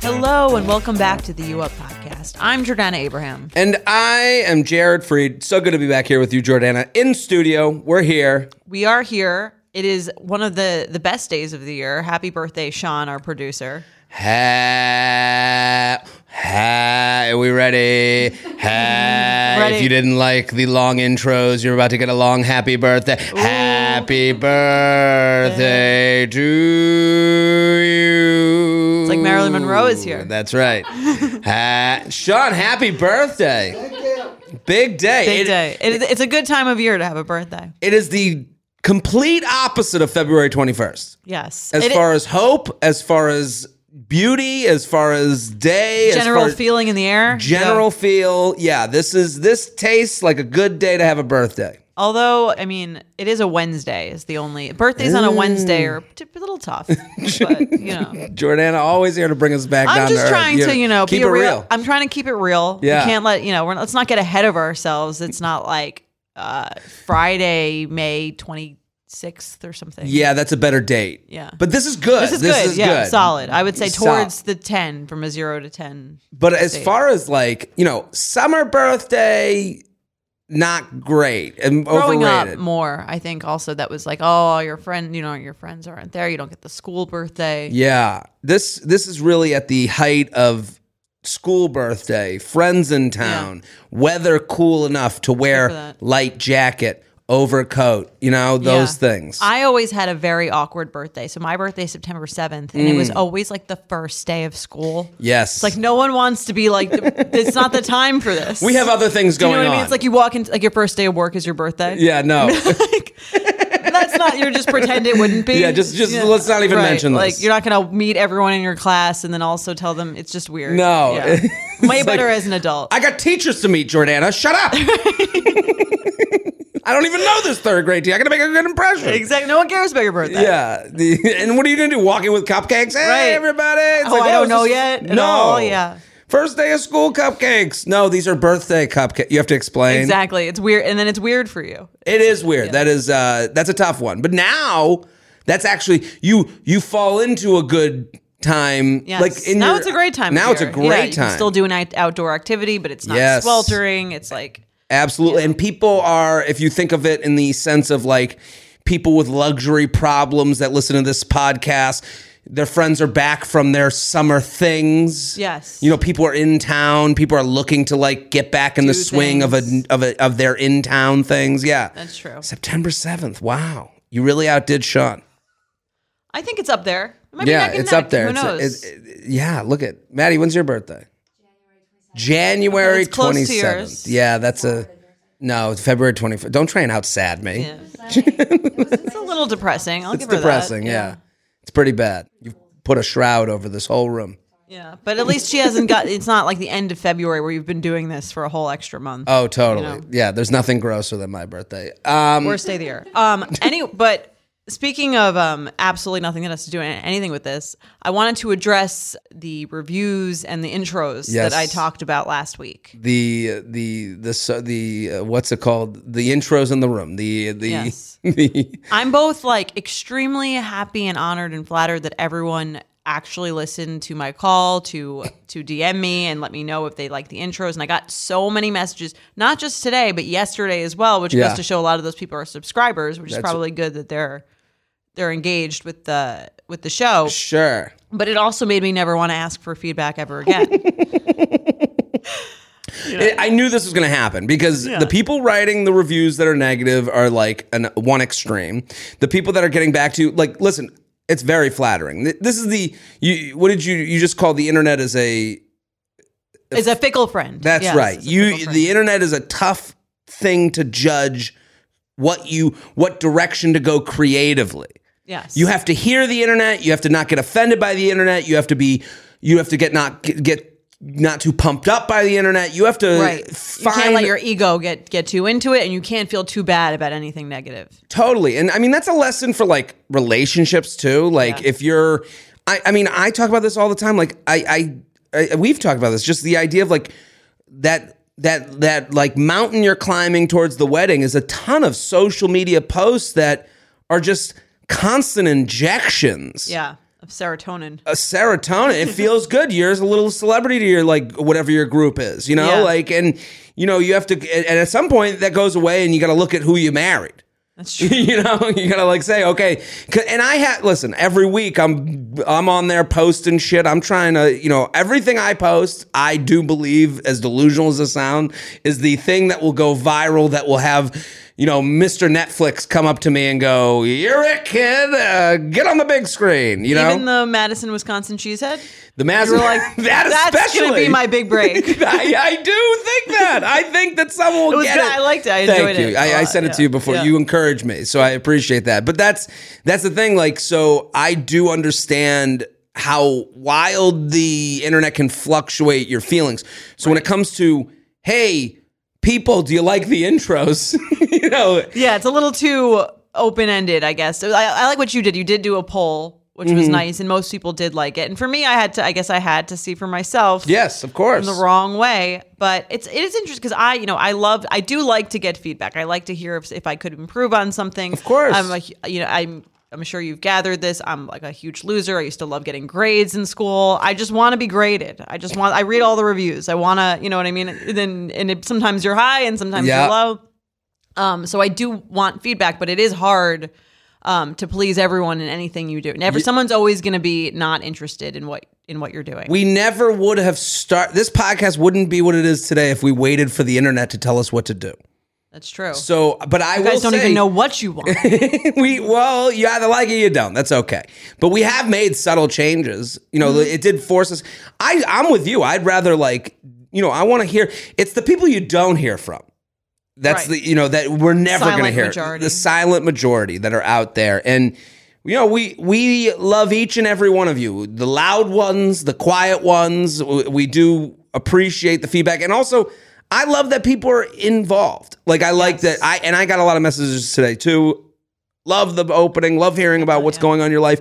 Hello and welcome back to the U Up podcast. I'm Jordana Abraham. And I am Jared Freed. So good to be back here with you, Jordana, in studio. We're here. We are here. It is one of the the best days of the year. Happy birthday, Sean, our producer. Ha, ha, are we ready? Ha, Ready. If you didn't like the long intros, you're about to get a long happy birthday. Happy birthday to you. It's like Marilyn Monroe is here. That's right. ha, Sean, happy birthday. Big day. Big It- day. It, it's a good time of year to have a birthday. It is the complete opposite of February 21st. Yes. As It- far as hope, as far as beauty, as far as day, as general far as feeling in the air. general Yeah. feel. Yeah, this is this tastes like a good day to have a birthday. Although, I mean, it is a Wednesday. Is the only birthdays on a Wednesday are t- a little tough, but you know. Jordana always here to bring us back down I'm to just earth. trying to, you know, keep be it real. real. I'm trying to keep it real. Yeah. We can't let you know. We're, let's not get ahead of ourselves. It's not like uh, Friday, May 26th or something. yeah, that's a better date. Yeah. but this is good. this is good. yeah, solid. I would say Solid. towards the 10, from a zero to 10. But as far as like you know, summer birthday, not great and Growing overrated. up more, I think also that was like, oh, your friend, you know, your friends aren't there. You don't get the school birthday. Yeah. This this is really at the height of school birthday, friends in town, weather cool enough to for wear that. light jacket, overcoat, you know, those Yeah. things. I always had a very awkward birthday. So my birthday is September 7th, and it Mm. was always like the first day of school. yes. Like no one wants to be like it's not the time for this. we have other things Do going you know what on. I mean? It's like you walk in like your first day of work is your birthday. yeah, no. like that's not you're just pretend it wouldn't be. Yeah, just- just let's not even mention this. Like you're not gonna meet everyone in your class and then also tell them it's just weird. No. Yeah. It's Way like- better as an adult. I got teachers to meet, Jordana. Shut up. I don't even know this third grade teacher. I gotta make a good impression. exactly. No one cares about your birthday. Yeah. The- and what are you going to do? Walking with cupcakes? Hey, Right. everybody. It's Oh, I don't it's know just- yet at no. all. Yeah. First day of school cupcakes. No, these are birthday cupcakes. You have to explain. Exactly. It's weird and then it's weird for you. It is weird. That is uh that's a tough one. But now that's actually you you fall into a good time. Yes. Like in now your- it's a great time. of Now it's a year. great Yeah, time. You can still do an act- outdoor activity, but it's not Yes. sweltering. It's like Absolutely. And people are, if you think of it in the sense of like people with luxury problems that listen to this podcast, their friends are back from their summer things. Yes. You know, people are in town, people are looking to like get back in the swing things. of a of a of their in town things. Yeah. that's true. September 7th. Wow. You really outdid Sean. I think it's up there. It might be yeah, neck and it's neck. up there. Who It's- knows? it- it- yeah, look at Maddie, when's your birthday? January It's close to 27th. yours. Yeah, that's a no, it's February 25th. Don't try and out sad me. Yeah. it's a little depressing. I'll It's give her depressing, that. yeah. It's pretty bad. You've put a shroud over this whole room. yeah. Yeah. But at least she hasn't got. It's not like the end of February where you've been doing this for a whole extra month. Oh, totally. know. Yeah, there's nothing grosser than my birthday. Um Worst day of the year. Um. Any. But speaking of um, absolutely nothing that has to do anything with this, I wanted to address the reviews and the intros Yes. that I talked about last week. the the the so- the uh, what's it called? The intros in the room. The the Yes. the I'm both like extremely happy and honored and flattered that everyone actually listened to my call to to DM me and let me know if they like the intros. And I got so many messages, not just today, but yesterday as well, which Yeah. goes to show a lot of those people are subscribers, which is probably good that they're they're engaged with the with the show. sure. But it also made me never want to ask for feedback ever again. It- I knew this was going to happen because the people writing the reviews that are negative are like an, one extreme. The people that are getting back to you, like, listen, it's very flattering. Th- This is the you. What did you you just call the internet as a? it's a fickle friend. That's Yes, right. it's a fickle You friend. the internet is a tough thing to judge what you what direction to go creatively. Yes. You have to hear the internet. You have to not get offended by the internet. You have to be. You have to get not get, get not too pumped up by the internet. You have to right. You find can't let your ego get get too into it, and you can't feel too bad about anything negative. Totally. And I mean, that's a lesson for like relationships too. Like Yeah. if you're, I, I mean, I talk about this all the time. Like I, I, I, we've talked about this, just the idea of like that, that, that like mountain you're climbing towards the wedding is a ton of social media posts that are just constant injections Yeah, of serotonin. a serotonin. It feels good. You're a little celebrity to your like whatever your group is, you know, Yeah. like and you know you have to. And and at some point that goes away, and you got to look at who you married. That's true. you know, you gotta like say okay. 'Cause- And I had listen every week. I'm I'm on there posting shit. I'm trying to you know everything I post. I do believe, as delusional as it sound, is the thing that will go viral. That will have you know Mr. Netflix come up to me and go, "You're it, kid. Uh, get on the big screen." You know, Even the Madison, Wisconsin cheesehead. the mass You're like that that's especially gonna be my big break. I, I do think that. I think that someone will was get good. it. I liked it. I Thank enjoyed you. it a I, I lot. said it to Yeah. you before. Yeah. You encouraged me, so I appreciate that. But that's that's the thing. Like, so I do understand how wild the internet can fluctuate your feelings. So when it comes to hey, people, do you like the intros? you know, Yeah, it's a little too open ended, I guess. So I, I like what you did. You did do a poll, which Mm-hmm. was nice, and most people did like it. And for me, I had to. I guess I had to see for myself. yes, of course. the wrong way. But it's it is interesting because I you know I love I do like to get feedback. I like to hear if, if I could improve on something. Of course. I'm a hu- you know I'm. I'm sure you've gathered this. I'm like a huge loser. I used to love getting grades in school. I just want to be graded. I just want. I read all the reviews. I want to. You know what I mean. And then and it, sometimes you're high and sometimes Yeah. you're low. Um. So I do want feedback, but it is hard. Um, to please everyone in anything you do, never someone's always going to be not interested in what in what you're doing. We never would have start this podcast wouldn't be what it is today if we waited for the internet to tell us what to do. That's true. So, but I You guys will don't say- even know what you want. we well, you either like it, or you don't. That's okay. But we have made subtle changes. You know, Mm-hmm. it did force us. I I'm with you. I'd rather like you know I want to hear. It's the people you don't hear from. That's Right. the you know that we're never going to Silent hear majority. the silent majority that are out there and. You know, we we love each and every one of you. The loud ones, the quiet ones. w- We do appreciate the feedback, and also, I love that people are involved. Like I like that. Yes. I and I got a lot of messages today too love the opening, love hearing about Oh, what's going on in your life.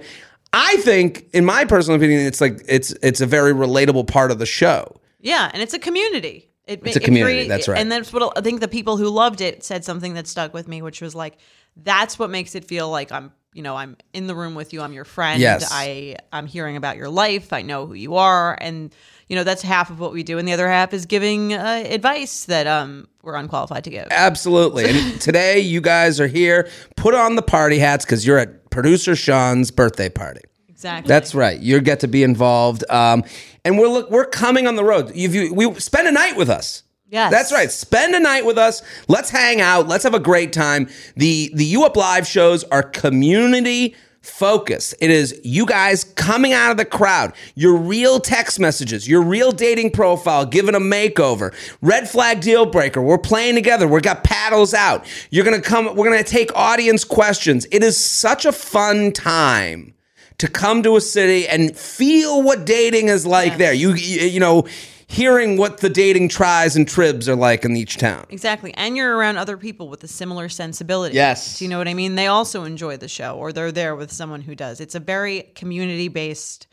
I think, in my personal opinion, it's like it's it's a very relatable part of the show. yeah, and it's a community. It, it's a community, that's right. And that's what I think the people who loved it said something that stuck with me, which was like, "That's what makes it feel like I'm, you know, I'm in the room with you. I'm your friend. Yes. I, I'm hearing about your life. I know who you are, and you know that's half of what we do, and the other half is giving uh, advice that um we're unqualified to give. Absolutely. And today, you guys are here. Put on the party hats because you're at producer Sean's birthday party. Exactly. That's right. You get to be involved. Um, and we're look, we're coming on the road. If you we spend a night with us. Yes. That's right. Spend a night with us. Let's hang out. Let's have a great time. The the U Up Live shows are community focused. It is you guys coming out of the crowd, your real text messages, your real dating profile, giving a makeover, red flag deal breaker. We're playing together. We've got paddles out. You're gonna come, we're gonna take audience questions. It is such a fun time to come to a city and feel what dating is like there. You you you know, hearing what the dating tries and tribs are like in each town. Exactly. And you're around other people with a similar sensibility. Yes. Do you know what I mean? They also enjoy the show or they're there with someone who does. It's a very community based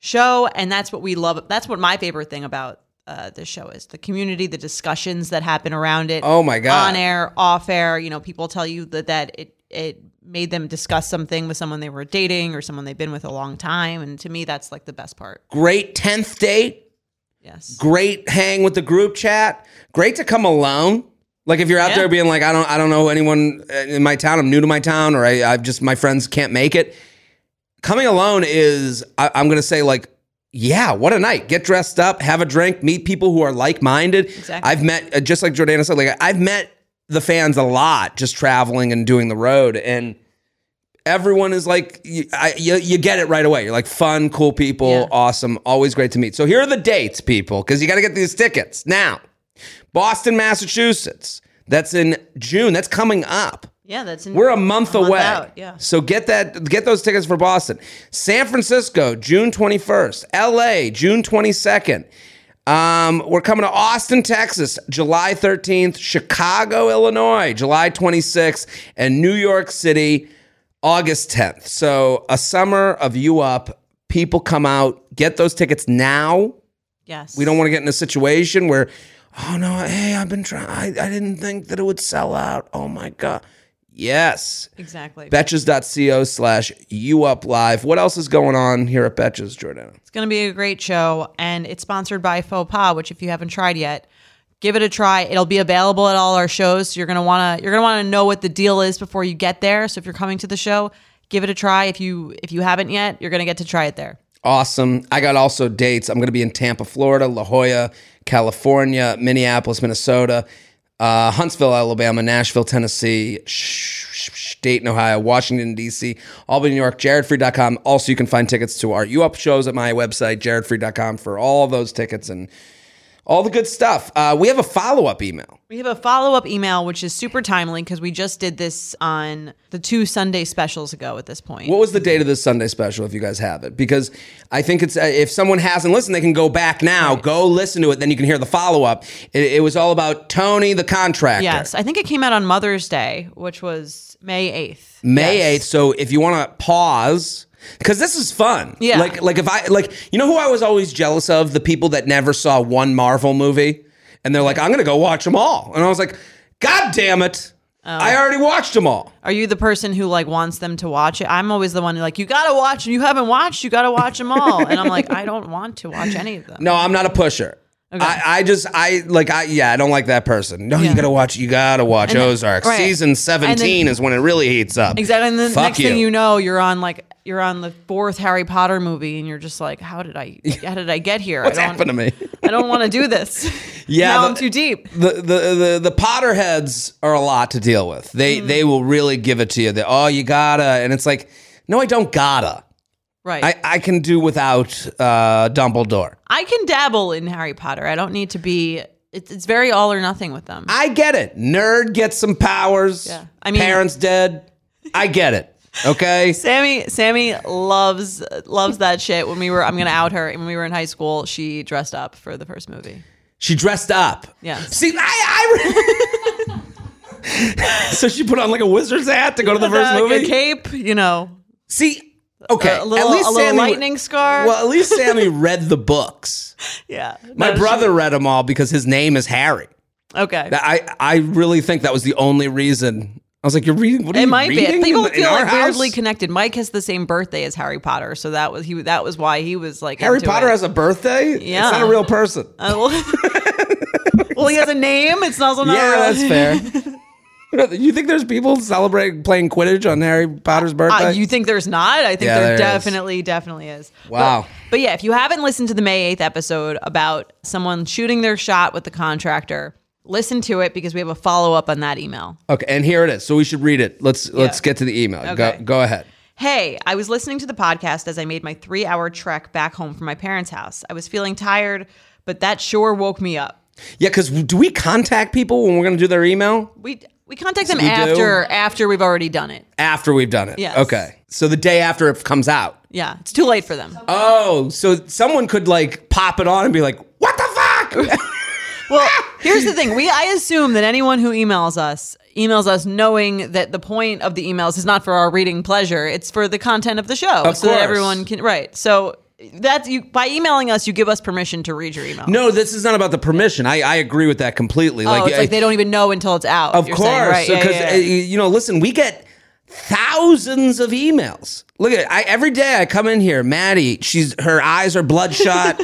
show. And that's what we love. That's what my favorite thing about uh, this show is the community, the discussions that happen around it. Oh my God. On air, off air. You know, people tell you that, that it, it made them discuss something with someone they were dating or someone they've been with a long time. And to me, that's like the best part. Great 10th date, Yes. great hang with the group chat, great to come alone. Like if you're out Yeah. there being like I don't I don't know anyone in my town, I'm new to my town or I I've just my friends can't make it. Coming alone is I, I'm going to say like yeah, what a night. Get dressed up, have a drink, meet people who are like-minded. Exactly. I've met uh, just like Jordana said like I've met the fans a lot just traveling and doing the road and everyone is like you, I, you, you get it right away you're like fun cool people Yeah. awesome always great to meet so here are the dates people because you got to get these tickets now boston massachusetts that's in june that's coming up Yeah, that's in, We're a month away. out, yeah. So get that get those tickets for Boston. San Francisco, June 21st. LA, June 22nd. Um, we're coming to Austin, Texas, July 13th, Chicago, Illinois, July 26th, and New York City, August 10th. So a summer of you up. People come out, get those tickets now. Yes. We don't want to get in a situation where, oh no, hey, I've been trying. I, I didn't think that it would sell out. Oh my God. Yes. exactly. Betches.co slash you up live. What else is going on here at Betches, Jordana? It's going to be a great show, and it's sponsored by Faux Pas, which if you haven't tried yet, give it a try. It'll be available at all our shows, so you're going to want to you're going to want to know what the deal is before you get there. So if you're coming to the show, give it a try. If you if you haven't yet, you're going to get to try it there. Awesome. I got also dates. I'm going to be in Tampa, Florida, La Jolla, California, Minneapolis, Minnesota, uh, Huntsville, Alabama, Nashville, Tennessee, Sh- Sh- Sh- Dayton, Ohio, Washington, D.C., Albany, New York, jaredfree.com. Also, you can find tickets to our U Up shows at my website, jaredfree.com, for all those tickets and all the good stuff. Uh, we have a follow up email. We have a follow up email, which is super timely because we just did this on the two Sunday specials ago. At this point, What was the date of this Sunday special, if you guys have it? Because I think it's uh, if someone hasn't listened, they can go back now, go listen to it, then you can hear the follow up. It, it was all about Tony the contractor. yes, I think it came out on Mother's Day, which was May eighth. May Yes. eighth. So if you want to pause, because this is fun. Yeah. Like like if I like you know who I was always jealous of the people that never saw one Marvel movie, and they're like, I'm gonna go watch them all, and I was like, God damn it, Oh. I already watched them all. Are you the person who like wants them to watch it? I'm always the one who like you gotta watch and you haven't watched, you gotta watch them all, and I'm like I don't want to watch any of them. No, I'm not a pusher. I, I just I like I yeah I don't like that person. No, you Yeah. gotta watch you gotta watch And then- Ozark. right. Season seventeen is when it really heats up. Exactly. And then Fuck next thing you know, you're on like you're on the fourth Harry Potter movie, and you're just like, how did I how did I get here? what's I don't, happened to me? I don't want to do this. Yeah, now the- I'm too deep. The, the the the Potterheads are a lot to deal with. They Mm. they will really give it to you. They, oh, you gotta, and it's like, no, I don't gotta. Right. I, I, I can do without uh, Dumbledore. can dabble in Harry Potter. I don't need to be. It's it's very all or nothing with them. I get it. Nerd gets some powers. Yeah. I mean- parents dead. I get it. Okay. Sammy Sammy loves loves that shit. When we were, I'm gonna out her. When we were in high school, she dressed up for the first movie. She dressed up. Yes. See, I. I so she put on like a wizard's hat to go to the first Like movie. a uh, cape, you know, See, okay. a little, at least a little Sammy, lightning scar. Well, at least Sammy read the books. yeah, My No, she- brother read them all because his name is Harry. okay, That- I I really think that was the only reason. I was like, you're reading. What are It you might be. reading People in the- in feel our like weirdly house? connected. Mike has the same birthday as Harry Potter, so that was he. That was why he was like Harry into Potter it. has a birthday. Yeah. it's not a real person. Uh, well, well, he has a name. It's also not. yeah, real. that's fair. You think there's people celebrating playing Quidditch on Harry Potter's birthday? Uh, you think there's not? I think Yeah, there, there is. definitely, definitely is. Wow. But, but yeah, if you haven't listened to the May 8th episode about someone shooting their shot with the contractor, listen to it because we have a follow up on that email. Okay, and here it is. So we should read it. Let's let's get to the email. Okay. Go go ahead. Hey, I was listening to the podcast as I made my three hour trek back home from my parents' house. I was feeling tired, but that sure woke me up. Yeah, because do we contact people when we're going to do their email We we contact them We do? after after we've already done it. after we've done it? Yes. Okay. So the day after it comes out. Yeah, it's too late for them. Oh, so someone could like pop it on and be like, "What the fuck?" Well, here's the thing. We I assume that anyone who emails us emails us knowing that the point of the emails is not for our reading pleasure. It's for the content of the show. Of so that course. everyone can right. So that's you by emailing us, you give us permission to read your email. no, this is not about the permission. I, I agree with that completely. Oh, it's I- like they don't even know until it's out. Of course, right? Yeah, because yeah, yeah. you know, listen, we get thousands of emails. Look at it. I, every day I come in here, Maddie. She's her eyes are bloodshot.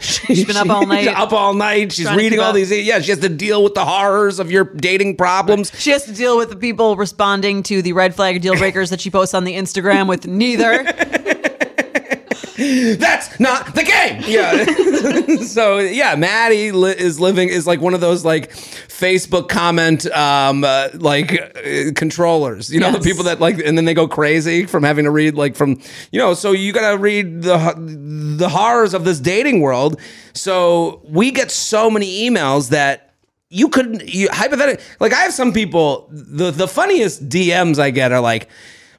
she's been up all night. up all night. She's Trying to reading keep all up. these. e- Yeah, she has to deal with the horrors of your dating problems. she has to deal with the people responding to the red flag deal breakers that she posts on the Instagram with neither. That's not the game. Yeah. so yeah, Maddie li- is living is like one of those like Facebook comment um uh, like uh, controllers. You know the Yes. people that like and then they go crazy from having to read like from you know so you got to read the ho- the horrors of this dating world. So we get so many emails that you could you hypothetically like I have some people the the funniest DMs I get are like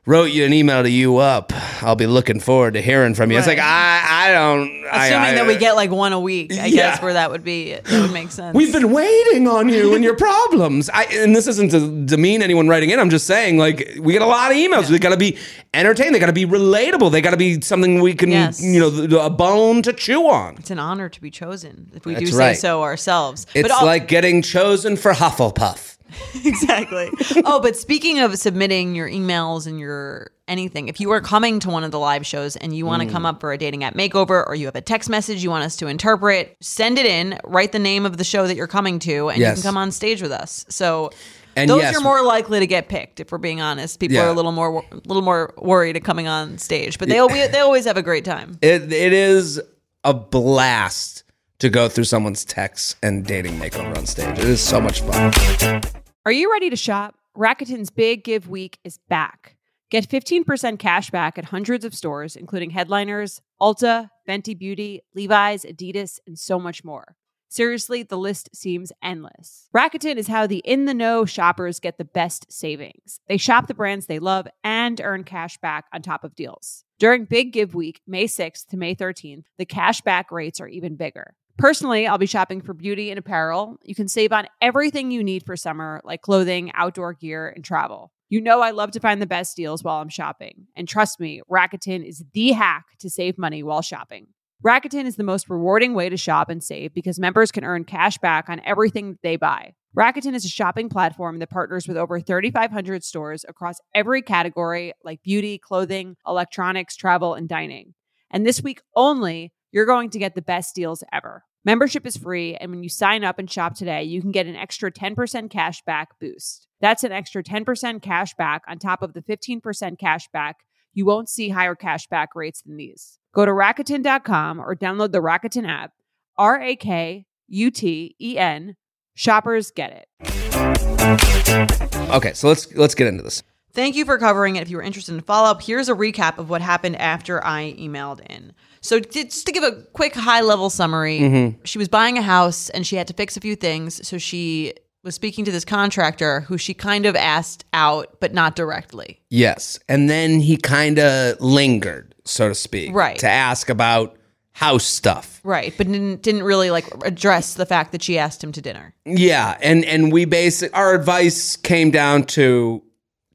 wrote you an email to you up. I'll be looking forward to hearing from you. It's Right. like I I don't I- Assuming I- that we get like one a week, I Yeah. guess where that would be, that would make sense. We've been waiting on you and your problems. I, and this isn't to demean anyone writing in. I'm just saying, like, we get a lot of emails. They got to be entertained. They got to be relatable. They got to be something we can, Yes. you know, th- a bone to chew on. it's an honor to be chosen if we do That's say right. so ourselves. It's al- like getting chosen for Hufflepuff. exactly. Oh, but speaking of submitting your emails and your anything, if you are coming to one of the live shows and you want to Mm. come up for a dating app makeover or you have a text message you want us to interpret, send it in, write the name of the show that you're coming to, and you Yes. can come on stage with us. So And those yes- are more likely to get picked if we're being honest. People Yeah. are a little more a little more worried of coming on stage, but they always, they always have a great time. It, it is a blast to go through someone's texts and dating makeover on stage. It is so much fun. Are you ready to shop? Rakuten's Big Give Week is back. Get 15% cash back at hundreds of stores, including Headliners, Ulta, Fenty Beauty, Levi's, Adidas, and so much more. Seriously, the list seems endless. Rakuten is how the in the know shoppers get the best savings. They shop the brands they love and earn cash back on top of deals. During Big Give Week, May 6th to May 13th, the cash back rates are even bigger. Personally, I'll be shopping for beauty and apparel. You can save on everything you need for summer, like clothing, outdoor gear, and travel. You know, I love to find the best deals while I'm shopping. And trust me, Rakuten is the hack to save money while shopping. Rakuten is the most rewarding way to shop and save because members can earn cash back on everything that they buy. Rakuten is a shopping platform that partners with over 3,500 stores across every category like beauty, clothing, electronics, travel, and dining. And this week only, you're going to get the best deals ever. Membership is free, and when you sign up and shop today, you can get an extra 10% cash back boost. That's an extra 10% cash back on top of the 15% cash back. You won't see higher cash back rates than these. Go to Rakuten.com or download the Rakuten app. R A K U T E N. Shoppers get it. Okay, so let's let's get into this. Thank you for covering it. If you were interested in follow up, here's a recap of what happened after I emailed in. So, t- just to give a quick high level summary, she was buying a house and she had to fix a few things. So, she was speaking to this contractor who she kind of asked out, but not directly. Yes. And then he kind of lingered, so to speak, Right. to ask about house stuff. Right. But didn't, didn't really like address the fact that she asked him to dinner. Yeah, and and we basic our advice came down to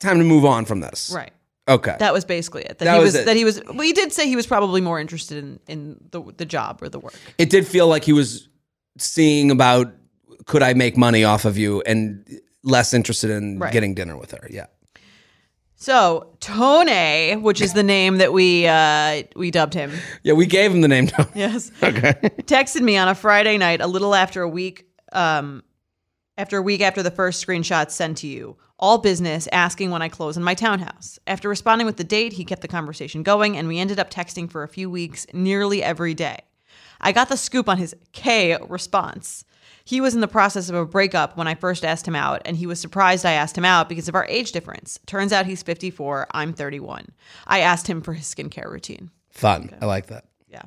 time to move on from this. Right. Okay. That was basically it. That, That he was was, it. that he was, we did say he was probably more interested in, in the, the job or the work. it did feel like he was seeing about could I make money off of you and less interested in Right. getting dinner with her. Yeah. So, Tone, which is the name that we, uh, we dubbed him. Yeah, we gave him the name. Yes. Okay. Texted me on a Friday night, a little after a week, um, after a week after the first screenshot sent to you. All business, asking when I close on my townhouse. After responding with the date, he kept the conversation going, and we ended up texting for a few weeks, nearly every day. I got the scoop on his K response. He was in the process of a breakup when I first asked him out, and he was surprised I asked him out because of our age difference. Turns out he's 54, I'm 31. I asked him for his skincare routine. Fun. I like that. Yeah.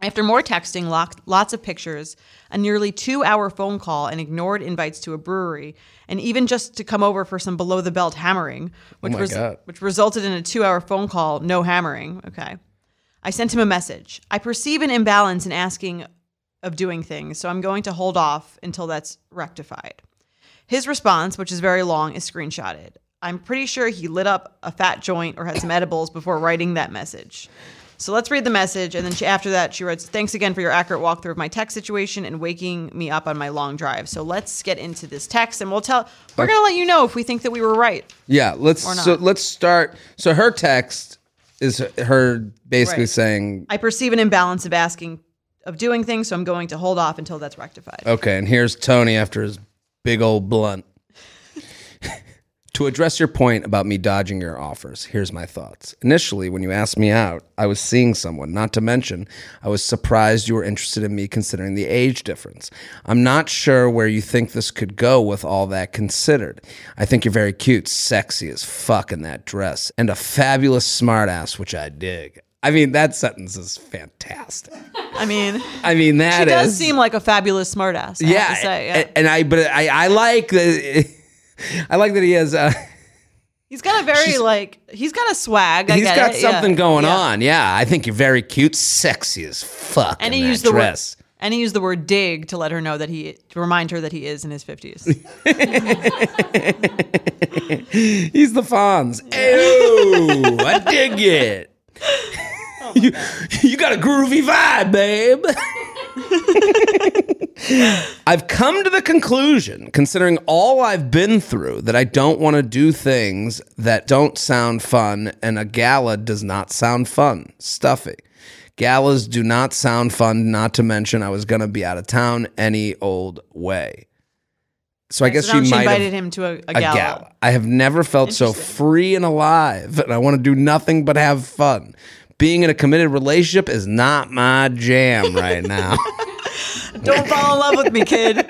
After more texting, lo- lots of pictures, a nearly two hour phone call, and ignored invites to a brewery, and even just to come over for some below the belt hammering, which, Oh my res- God. which resulted in a two hour phone call, no hammering. Okay. I sent him a message. I perceive an imbalance in asking of doing things, so I'm going to hold off until that's rectified. His response, which is very long, is screenshotted. I'm pretty sure he lit up a fat joint or had some edibles before writing that message. So let's read the message. And then she, after that, she writes, Thanks again for your accurate walkthrough of my text situation and waking me up on my long drive. So let's get into this text and we'll tell, we're going to let you know if we think that we were right. Yeah, let's not. so let's start so her text is her basically Right. saying I perceive an imbalance of asking, of doing things, so I'm going to hold off until that's rectified. Okay, and here's Tony after his big old blunt. to address your point about me dodging your offers, here's my thoughts. Initially, when you asked me out, I was seeing someone, not to mention, I was surprised you were interested in me considering the age difference. I'm not sure where you think this could go with all that considered. I think you're very cute, sexy as fuck in that dress, and a fabulous smartass, which I dig. I I mean, that sentence is fantastic. I mean, I mean, that she is. does seem like a fabulous smartass. I have yeah, to say, yeah. And, and I, but I, I like that. I like that he has. Uh, he's got a very she's- like he's got a swag. I he's get got it, yeah. something going Yeah. on. Yeah, I think you're very cute, sexy as fuck. And in he that used the dress. word and he used the word dig to let her know that he to remind her that he is in his fifties. He's the Fonz. Ew, I dig it. you, you got a groovy vibe, babe. I've come to the conclusion, considering all I've been through, that I don't want to do things that don't sound fun, and a gala does not sound fun. Stuffy. Galas do not sound fun, not to mention I was going to be out of town any old way. So I guess so now she she might have invited him to a, a, a gala. gala. I have never felt so free and alive, and I want to do nothing but have fun. Being in a committed relationship is not my jam right now. Don't fall in love with me, kid.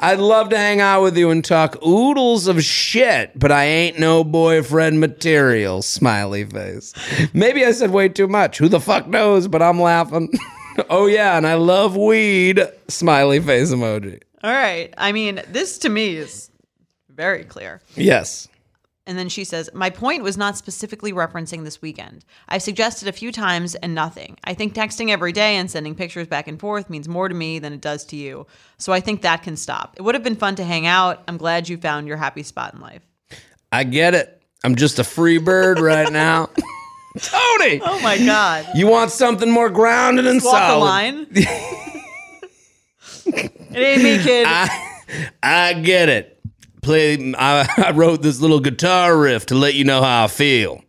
I'd love to hang out with you and talk oodles of shit, but I ain't no boyfriend material. Smiley face. Maybe I said way too much. Who the fuck knows? But I'm laughing. oh yeah, and I love weed. Smiley face emoji. All right. I mean, this to me is very clear. Yes. And then she says, My point was not specifically referencing this weekend. I've suggested a few times and nothing. I think texting every day and sending pictures back and forth means more to me than it does to you. So I think that can stop. It would have been fun to hang out. I'm glad you found your happy spot in life. I get it. I'm just a free bird right now. Tony. Oh my God. You want something more grounded and Walk the solid. line. it ain't me, kid. I, I get it. Play. I, I wrote this little guitar riff to let you know how I feel.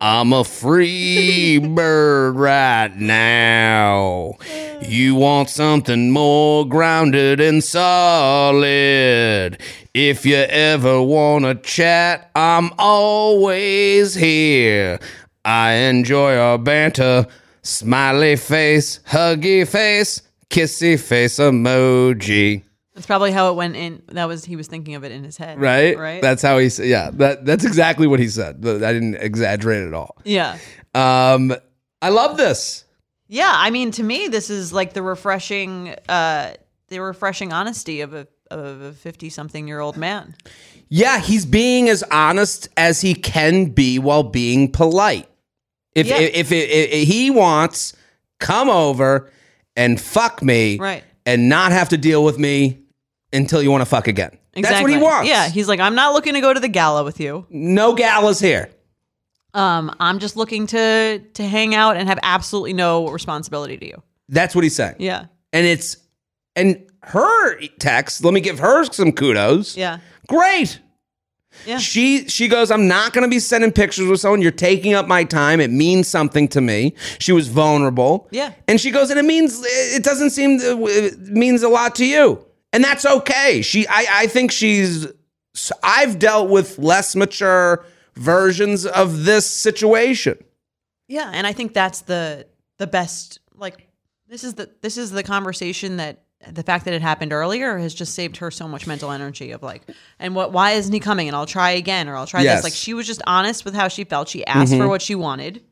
I'm a free bird right now. You want something more grounded and solid. If you ever want to chat, I'm always here. I enjoy our banter. Smiley face, huggy face, kissy face emoji. That's probably how it went in. That was, he was thinking of it in his head. Right? Right. That's how he said. Yeah, that, that's exactly what he said. Th- I didn't exaggerate at all. yeah. Um, I love this. Yeah, I mean, to me, this is like the refreshing, uh, the refreshing honesty of a of a fifty-something-year-old man. Yeah, he's being as honest as he can be while being polite. If Yeah. if, if, it, if he wants, come over and fuck me, Right. and not have to deal with me until you want to fuck again. That's what he wants. Yeah, he's like, I'm not looking to go to the gala with you. no galas here. Um, I'm just looking to to hang out and have absolutely no responsibility to you. That's what he's saying. Yeah, and it's and her text. Let me give her some kudos. yeah, Great. yeah. She she goes, I'm not gonna be sending pictures with someone. You're taking up my time. It means something to me. She was vulnerable. Yeah. And she goes, and it means it doesn't seem it means a lot to you, and that's okay. She I I think she's I've dealt with less mature versions of this situation. Yeah, and I think that's the the best. Like this is the this is the conversation that the fact that it happened earlier has just saved her so much mental energy of like, and what why isn't he coming? And I'll try again, or I'll try Yes. Mm-hmm. this. Like she was just honest with how she felt. She asked for what she wanted,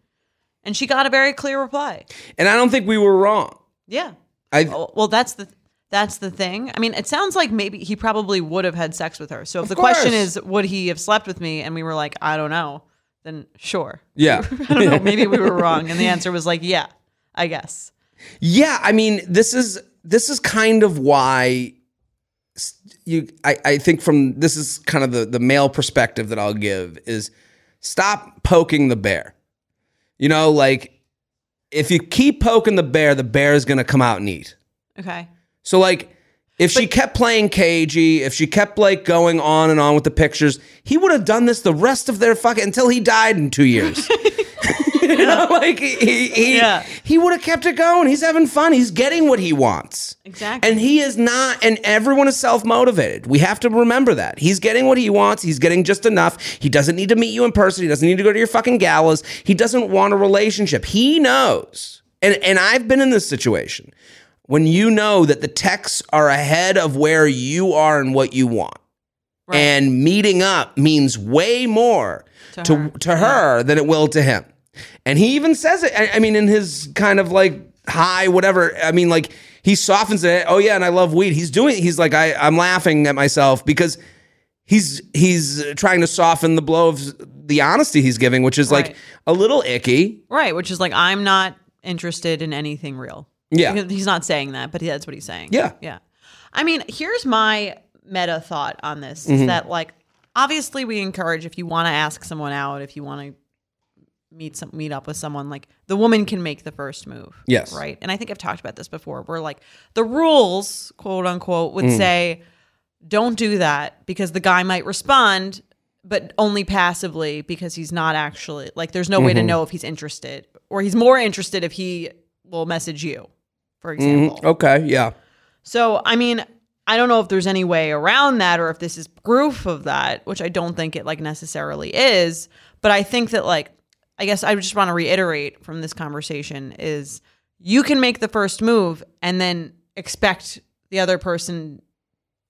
and she got a very clear reply. And I don't think we were wrong. Yeah. I Well, well, that's the that's the thing. I mean, it sounds like maybe he probably would have had sex with her. So if the question course. is, would he have slept with me? And we were like, I don't know. Then sure. yeah. I don't know. Maybe we were wrong. And the answer was like, yeah, I guess. Yeah, I mean, this is this is kind of why s- you. I, I think from this is kind of the the male perspective that I'll give is stop poking the bear. You know, like if you keep poking the bear, the bear is going to come out and eat. Okay. So like. If she kept playing cagey, if she kept like going on and on with the pictures, he would have done this the rest of their fucking until he died in two years. you know, like he he, he, Yeah. he would have kept it going. He's having fun. He's getting what he wants. Exactly. And he is not, and everyone is self motivated. We have to remember that. He's getting what he wants. He's getting just enough. He doesn't need to meet you in person. He doesn't need to go to your fucking galas. He doesn't want a relationship. He knows. And, and I've been in this situation when you know that the texts are ahead of where you are and what you want. Right. And meeting up means way more to, to her, than it will to him. And he even says it, I, I mean, in his kind of like high, whatever. I mean, like he softens it. Oh, yeah. And I love weed. He's doing, he's like, I, I'm laughing at myself because he's he's trying to soften the blow of the honesty he's giving, which is like Right. a little icky. Right, which is like I'm not interested in anything real. Yeah. Because he's not saying that, but that's what he's saying. Yeah. yeah. I mean, here's my meta thought on this: Mm-hmm. is that like obviously we encourage if you want to ask someone out, if you want to meet some meet up with someone, like the woman can make the first move. Yes. right. And I think I've talked about this before. Where like the rules, quote unquote, Mm. would say don't do that because the guy might respond but only passively because he's not actually like there's no way to know if he's interested or he's more interested if he will message you for example Mm, Okay, yeah. so i mean i don't know if there's any way around that or if this is proof of that which i don't think it like necessarily is but i think that like i guess i just want to reiterate from this conversation is you can make the first move and then expect the other person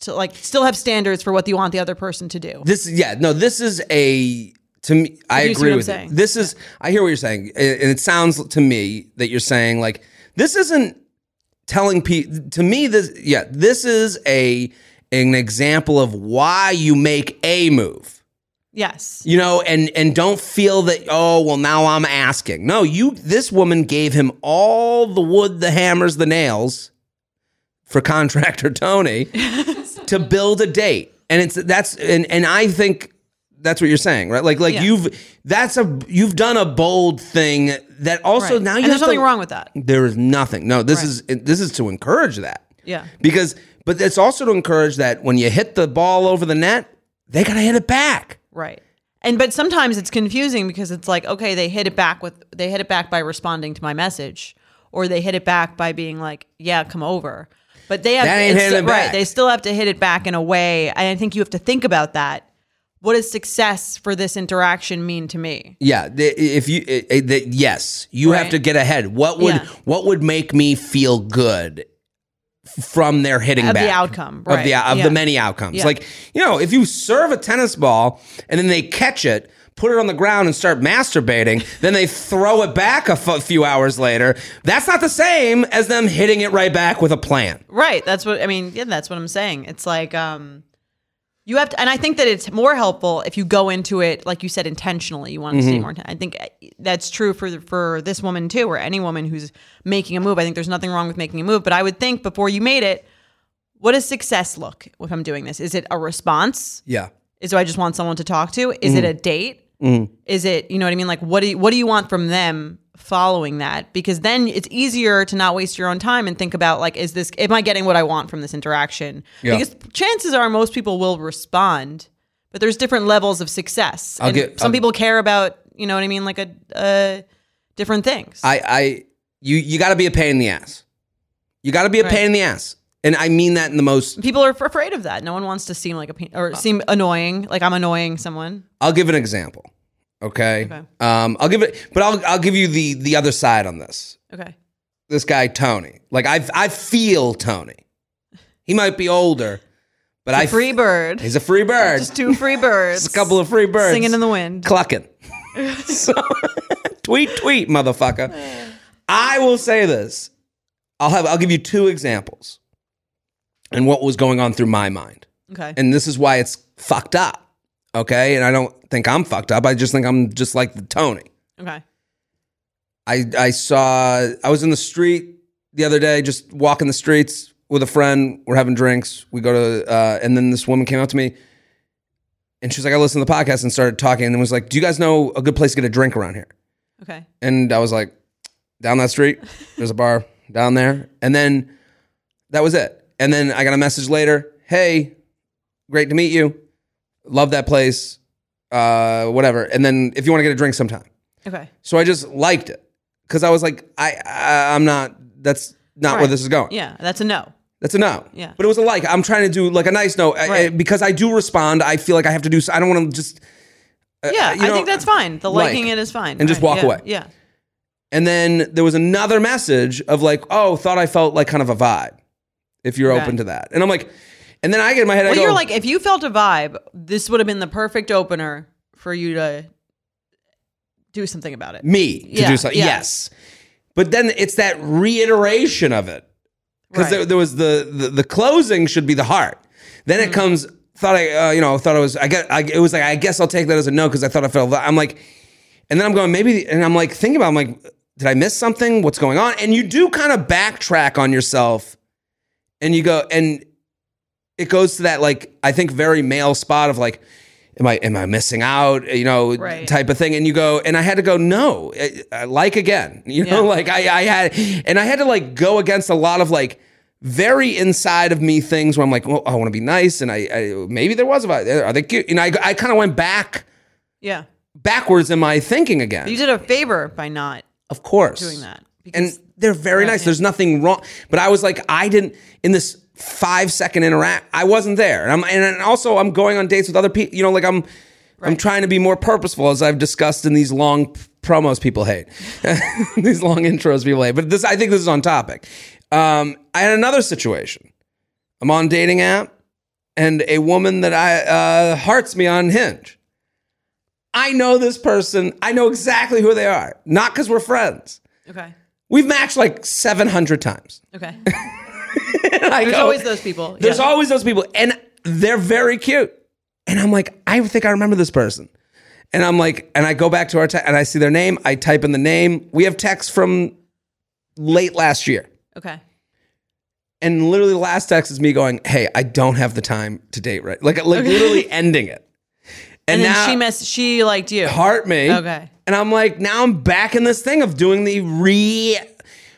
to like still have standards for what you want the other person to do This yeah, no, this is a to me I you see agree what with I'm you. saying? This is I hear what you're saying. a- And it sounds to me that you're saying like this isn't telling people to me this yeah, this is a an example of why you make a move. yes you know and and don't feel that oh well now i'm asking no you this woman gave him all the wood the hammers the nails for contractor tony to build a date and it's that's and and i think that's what you're saying right like like Yeah. you've that's a you've done a bold thing that also Right. now you and there's have nothing to- wrong with that there is nothing no this is this is to encourage that yeah because but it's also to encourage that when you hit the ball over the net they gotta hit it back Right. And but sometimes it's confusing because it's like, okay, they hit it back with they hit it back by responding to my message or they hit it back by being like, yeah, come over. But they have That ain't it's- hitting it back. right, they still have to hit it back in a way. And I think you have to think about that. What does success for this interaction mean to me? Yeah, the, if you eh, eh, the, yes, you have to Right. get ahead. What would Yeah. what would make me feel good f- from their hitting Of the back outcome, of the right, of yeah. the many outcomes? Yeah. Like you know, if you serve a tennis ball and then they catch it. Put it on the ground and start masturbating. then they throw it back a f- few hours later. That's not the same as them hitting it right back with a plan. Right. That's what I mean, yeah, that's what I'm saying. It's like um you have to, and I think that it's more helpful if you go into it, like you said, intentionally. You want to see more. Inten- I think eh, that's true for for this woman too, or any woman who's making a move. I think there's nothing wrong with making a move, but I would think before you made it, what does success look? If I'm doing this, is it a response? Yeah, Is do I just want someone to talk to? Is Mm. it a date? Is it you know what I mean? Like what do you, what do you want from them following that? Because then it's easier to not waste your own time and think about like is this am I getting what I want from this interaction? Yeah. Because chances are most people will respond, but there's different levels of success. I'll And get- some I'll- people care about you know what I mean like a, a different things. I, I, you, you got to be a pain in the ass. You got to be a pain in the ass, and I mean that in the most people are f- afraid of that. No one wants to seem like a pe- Uh, or seem annoying. Like I'm annoying someone. I'll give an example. Okay. Okay. Um, I'll give it, but I'll I'll give you the the other side on this. Okay. This guy Tony, like I I feel Tony. He might be older, but I f- Free bird. he's a free bird. Just two free birds. It's a couple of free birds singing in the wind. clucking. so, tweet tweet motherfucker. I will say this. I'll have I'll give you two examples, and what was going on through my mind. Okay. and this is why it's fucked up. Okay, and I don't think I'm fucked up. I just think I'm just like the Tony. okay. I I saw I was in the street the other day, just walking the streets with a friend. We're having drinks. We go to uh, and then this woman came up to me, and she's like, "I listened to the podcast and started talking, and was like, do you guys know a good place to get a drink around here?'" Okay. And I was like, down that street, there's a bar down there. And then that was it. And then I got a message later Hey, great to meet you. Love that place. Uh, whatever. And then if you want to get a drink sometime. Okay. So I just liked it because I was like, I, I I'm not, that's not where Right. this is going. Yeah, that's a no. That's a no. Yeah. But it was a like. I'm trying to do like a nice no I- I- Right. because I do respond. I feel like I have to do, I don't want to just, yeah, I Uh, you know, think that's fine. The like, liking it is fine. and just Right, walk yeah, away. Yeah. And then there was another message of like, oh, thought I felt like kind of a vibe if you're Okay. open to that. And I'm like, And then I get in my head. Well, I go, you're like, if you felt a vibe, this would have been the perfect opener for you to do something about it. me to Yeah, do something. yeah. Yes. But then it's that reiteration of it. Because Right. there, there was the, the the closing should be the heart. Then Mm. it comes thought I uh, you know thought I was I got I, it was like I guess I'll take that as a no because I thought I felt I'm like, and then I'm going maybe and I'm like thinking about I'm like did I miss something? What's going on? And you do kind of backtrack on yourself, and you go and it goes to that like I think very male spot of like. Am I am I missing out? You know, Right. type of thing. And you go, and I had to go. No, I- I like again. You know, Yeah. like I I had, and I had to like go against a lot of like very inside of me things where I'm like, well, I want to be nice, and I, I maybe there was a vibe. Are they cute? And I I kind of went back Yeah. backwards in my thinking again. You did a favor by not of course, doing that. and Because they're very nice. There's nothing wrong. But I was like, I didn't in this five second interact. I wasn't there, and I'm and then also I'm going on dates with other people. You know, like I'm I'm trying to be more purposeful, as I've discussed in these long p- promos people hate, these long intros people hate. But this, I think, this is on topic. Um, I had another situation. I'm on dating app, and a woman that I uh, hearts me on Hinge. I know this person. I know exactly who they are. Not because we're friends. okay. We've matched like 700 times. Okay. And I There's go- always those people. There's yeah. always those people. And they're very cute. And I'm like, I think I remember this person. And I'm like, and I go back to our text and I see their name. I type in the name. We have texts from late last year. okay. And literally the last text is me going, hey, I don't have the time to date right. Like, like literally ending it. And, And, then now she mess she liked you. heart me. Okay. And I'm like, now I'm back in this thing of doing the re.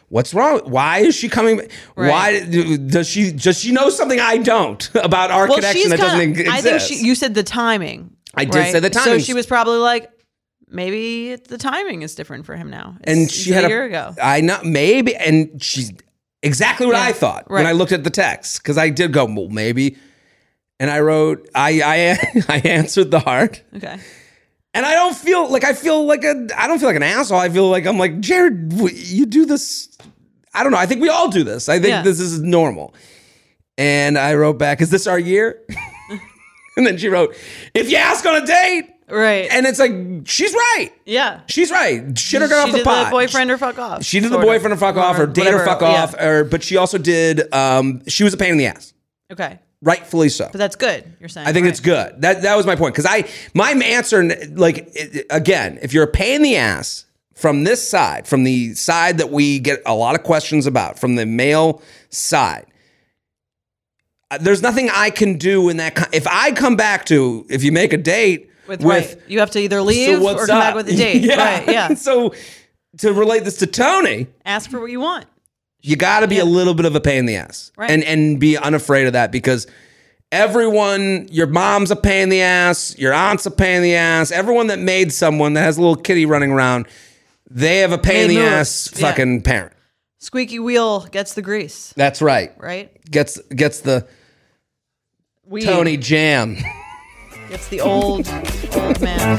What's wrong? Why is she coming? Why does she does she know something I don't about our Well, connection she's that doesn't kind exist? of. I think she, you said the timing. I did say the So timing. she was probably like, maybe the timing is different for him now. It's, and she it's had a a year ago. I know maybe, and she's exactly what I thought when right. I looked at the text because I did go well maybe, and I wrote I I I answered the heart. Okay. And I don't feel like I feel like a I don't feel like an asshole. I feel like I'm like Jared. w- You do this. I don't know. I think we all do this. I think Yeah. this is normal. And I wrote back, "Is this our year?" and then she wrote, "If you ask on a date," Right. and it's like she's right. yeah. She's right. Shit or get she off the did pot. the boyfriend or fuck off. She did the sort of, boyfriend or fuck off, or date or whatever, fuck yeah. off, or but she also did. Um, she was a pain in the ass, Okay. rightfully so. But that's good. You're saying. I think right. it's good. That that was my point because I my answer like it- again, if you're a pain in the ass from this side, from the side that we get a lot of questions about, from the male side, uh, there's nothing I can do in that. ki- If I come back to if you make a date With, with, right. You have to either leave so what's or come up? back with a date. yeah. Right. Yeah. so to relate this to Tony, Ask for what you want. you got to be a little bit of a pain in the ass, Right. and and be unafraid of that because everyone, your mom's a pain in the ass, your aunt's a pain in the ass, everyone that made someone that has a little kitty running around, they have a pain in They the move. ass Yeah. fucking parent. Squeaky wheel gets the grease. That's right. Right. Gets gets the Weed Tony jam. gets the old old man.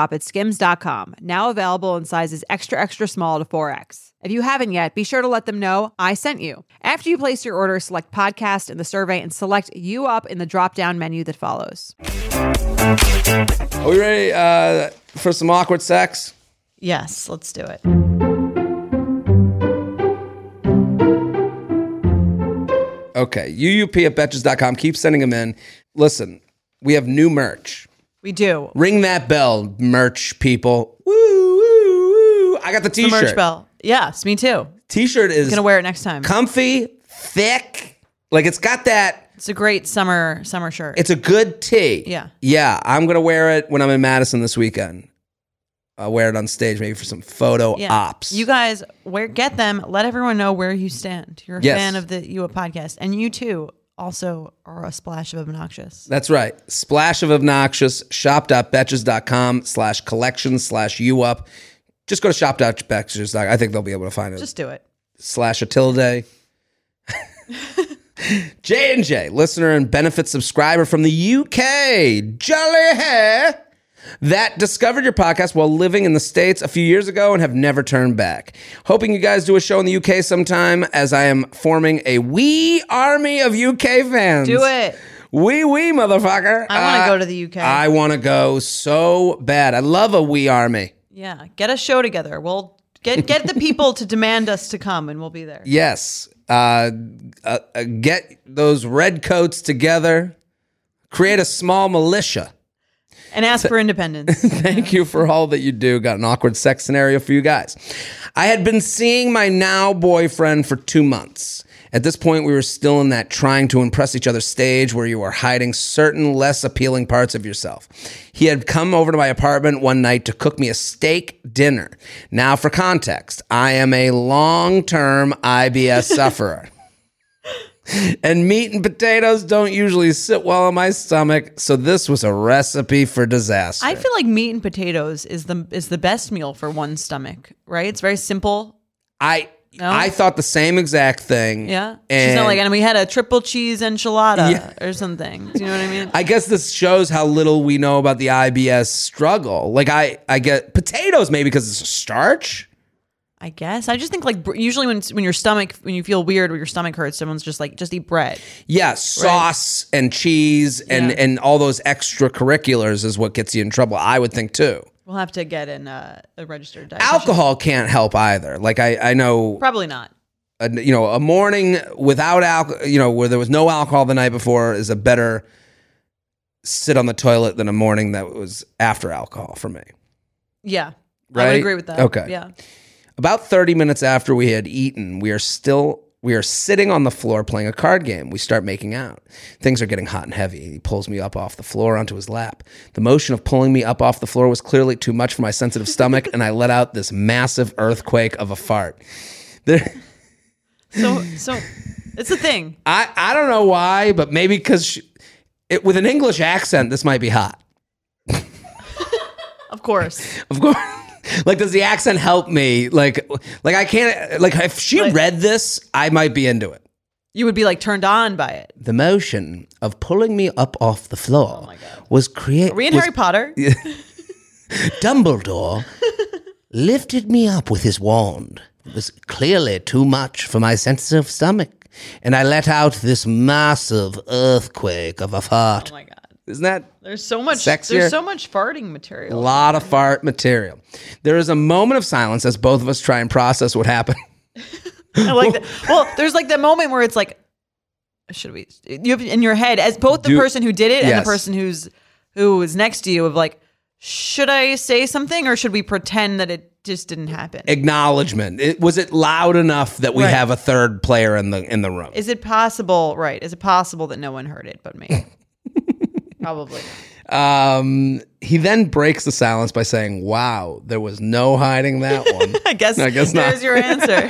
at skims.com, now available in sizes extra, extra small to 4X. If you haven't yet, be sure to let them know I sent you. After you place your order, select podcast in the survey and select you up in the drop down menu that follows. Are we ready uh, for some awkward sex? Yes, let's do it. Okay. UUP at Betches.com. Keep sending them in. Listen, we have new merch. We do. Ring that bell, merch people. Woo, woo, woo. I got the The merch t-shirt. bell. Yes, me too. T-shirt is Gonna wear it next time. comfy, thick. Like it's got that It's a great summer summer shirt. It's a good tee. Yeah. Yeah. I'm going to wear it when I'm in Madison this weekend. I'll wear it on stage maybe for some photo Yeah. ops. You guys, where get them? Let everyone know where you stand. You're a Yes. fan of the You Up podcast, and you too also are a splash of obnoxious. That's right. Splash of Obnoxious, shop.betches.com slash collection slash you up. Just go to shop.betches.com. I think they'll be able to find it. Just do it. slash a tilde. J and J, listener and benefit subscriber from the UK, Jolly Hair, that discovered your podcast while living in the States a few years ago and have never turned back. Hoping you guys do a show in the UK sometime, as I am forming a wee army of UK fans. Do it. Wee wee, motherfucker. I want to Uh, go to the UK. I want to go so bad. I love a wee army. yeah, get a show together. We'll get get the people to demand us to come, and we'll be there. Yes. Uh, uh, uh, get those red coats together. Create a small militia. And ask for independence. Thank you for all that you do. Got an awkward sex scenario for you guys. I had been seeing my now boyfriend for two months. At this point, we were still in that trying to impress each other stage where you are hiding certain less appealing parts of yourself. He had come over to my apartment one night to cook me a steak dinner. Now, for context, I am a long term IBS sufferer and meat and potatoes don't usually sit well in my stomach, so this was a recipe for disaster. I feel like meat and potatoes is the is the best meal for one stomach, right? It's very simple. I I thought the same exact thing. Yeah. and She's not like, and we had a triple cheese enchilada Yeah. or something. Do you know what I mean? I guess this shows how little we know about the IBS struggle. Like I I get potatoes maybe because it's a starch. I guess. I just think like br- usually when when your stomach when you feel weird or your stomach hurts, someone's just like just eat bread. Yeah, sauce and cheese and Yeah. and all those extracurriculars is what gets you in trouble. I would think too. We'll have to get in uh, a registered dietitian. Alcohol can't help either. Like I I know Probably not. a, you know a morning without alcohol you know where there was no alcohol the night before is a better sit on the toilet than a morning that was after alcohol for me Yeah. I Right? would agree with that. Okay. Yeah. about 30 minutes after we had eaten we are still we are sitting on the floor playing a card game we start making out things are getting hot and heavy he pulls me up off the floor onto his lap the motion of pulling me up off the floor was clearly too much for my sensitive stomach and i let out this massive earthquake of a fart there So so it's a thing. I, I don't know why, but maybe because it with an English accent, this might be hot. Of course. Of course, like does the accent help me? Like like I can't like if she Like- read this, I might be into it. You would be like turned on by it. The motion of pulling me up off the Oh floor was created. Are we in Harry Potter? Dumbledore lifted me up with his wand. It was clearly too much for my sensitive stomach, and I let out this massive earthquake of a fart. Oh my god. Isn't that There's so much Sexier. there's so much farting material. A lot of fart material. There is a moment of silence as both of us try and process what happened. I like that. Well, there's like that moment where it's like, should we? You have in your head as both the Do- person who did it and Yes. the person who's who is next to you of like, should I say something or should we pretend that it just didn't happen? Acknowledgement. It, was it loud enough that we Right. have a third player in the in the room? is it possible? Right? Is it possible that no one heard it but me? Probably. Um, he then breaks the silence by saying, "Wow, there was no hiding that one." I guess. I guess not. there's your answer.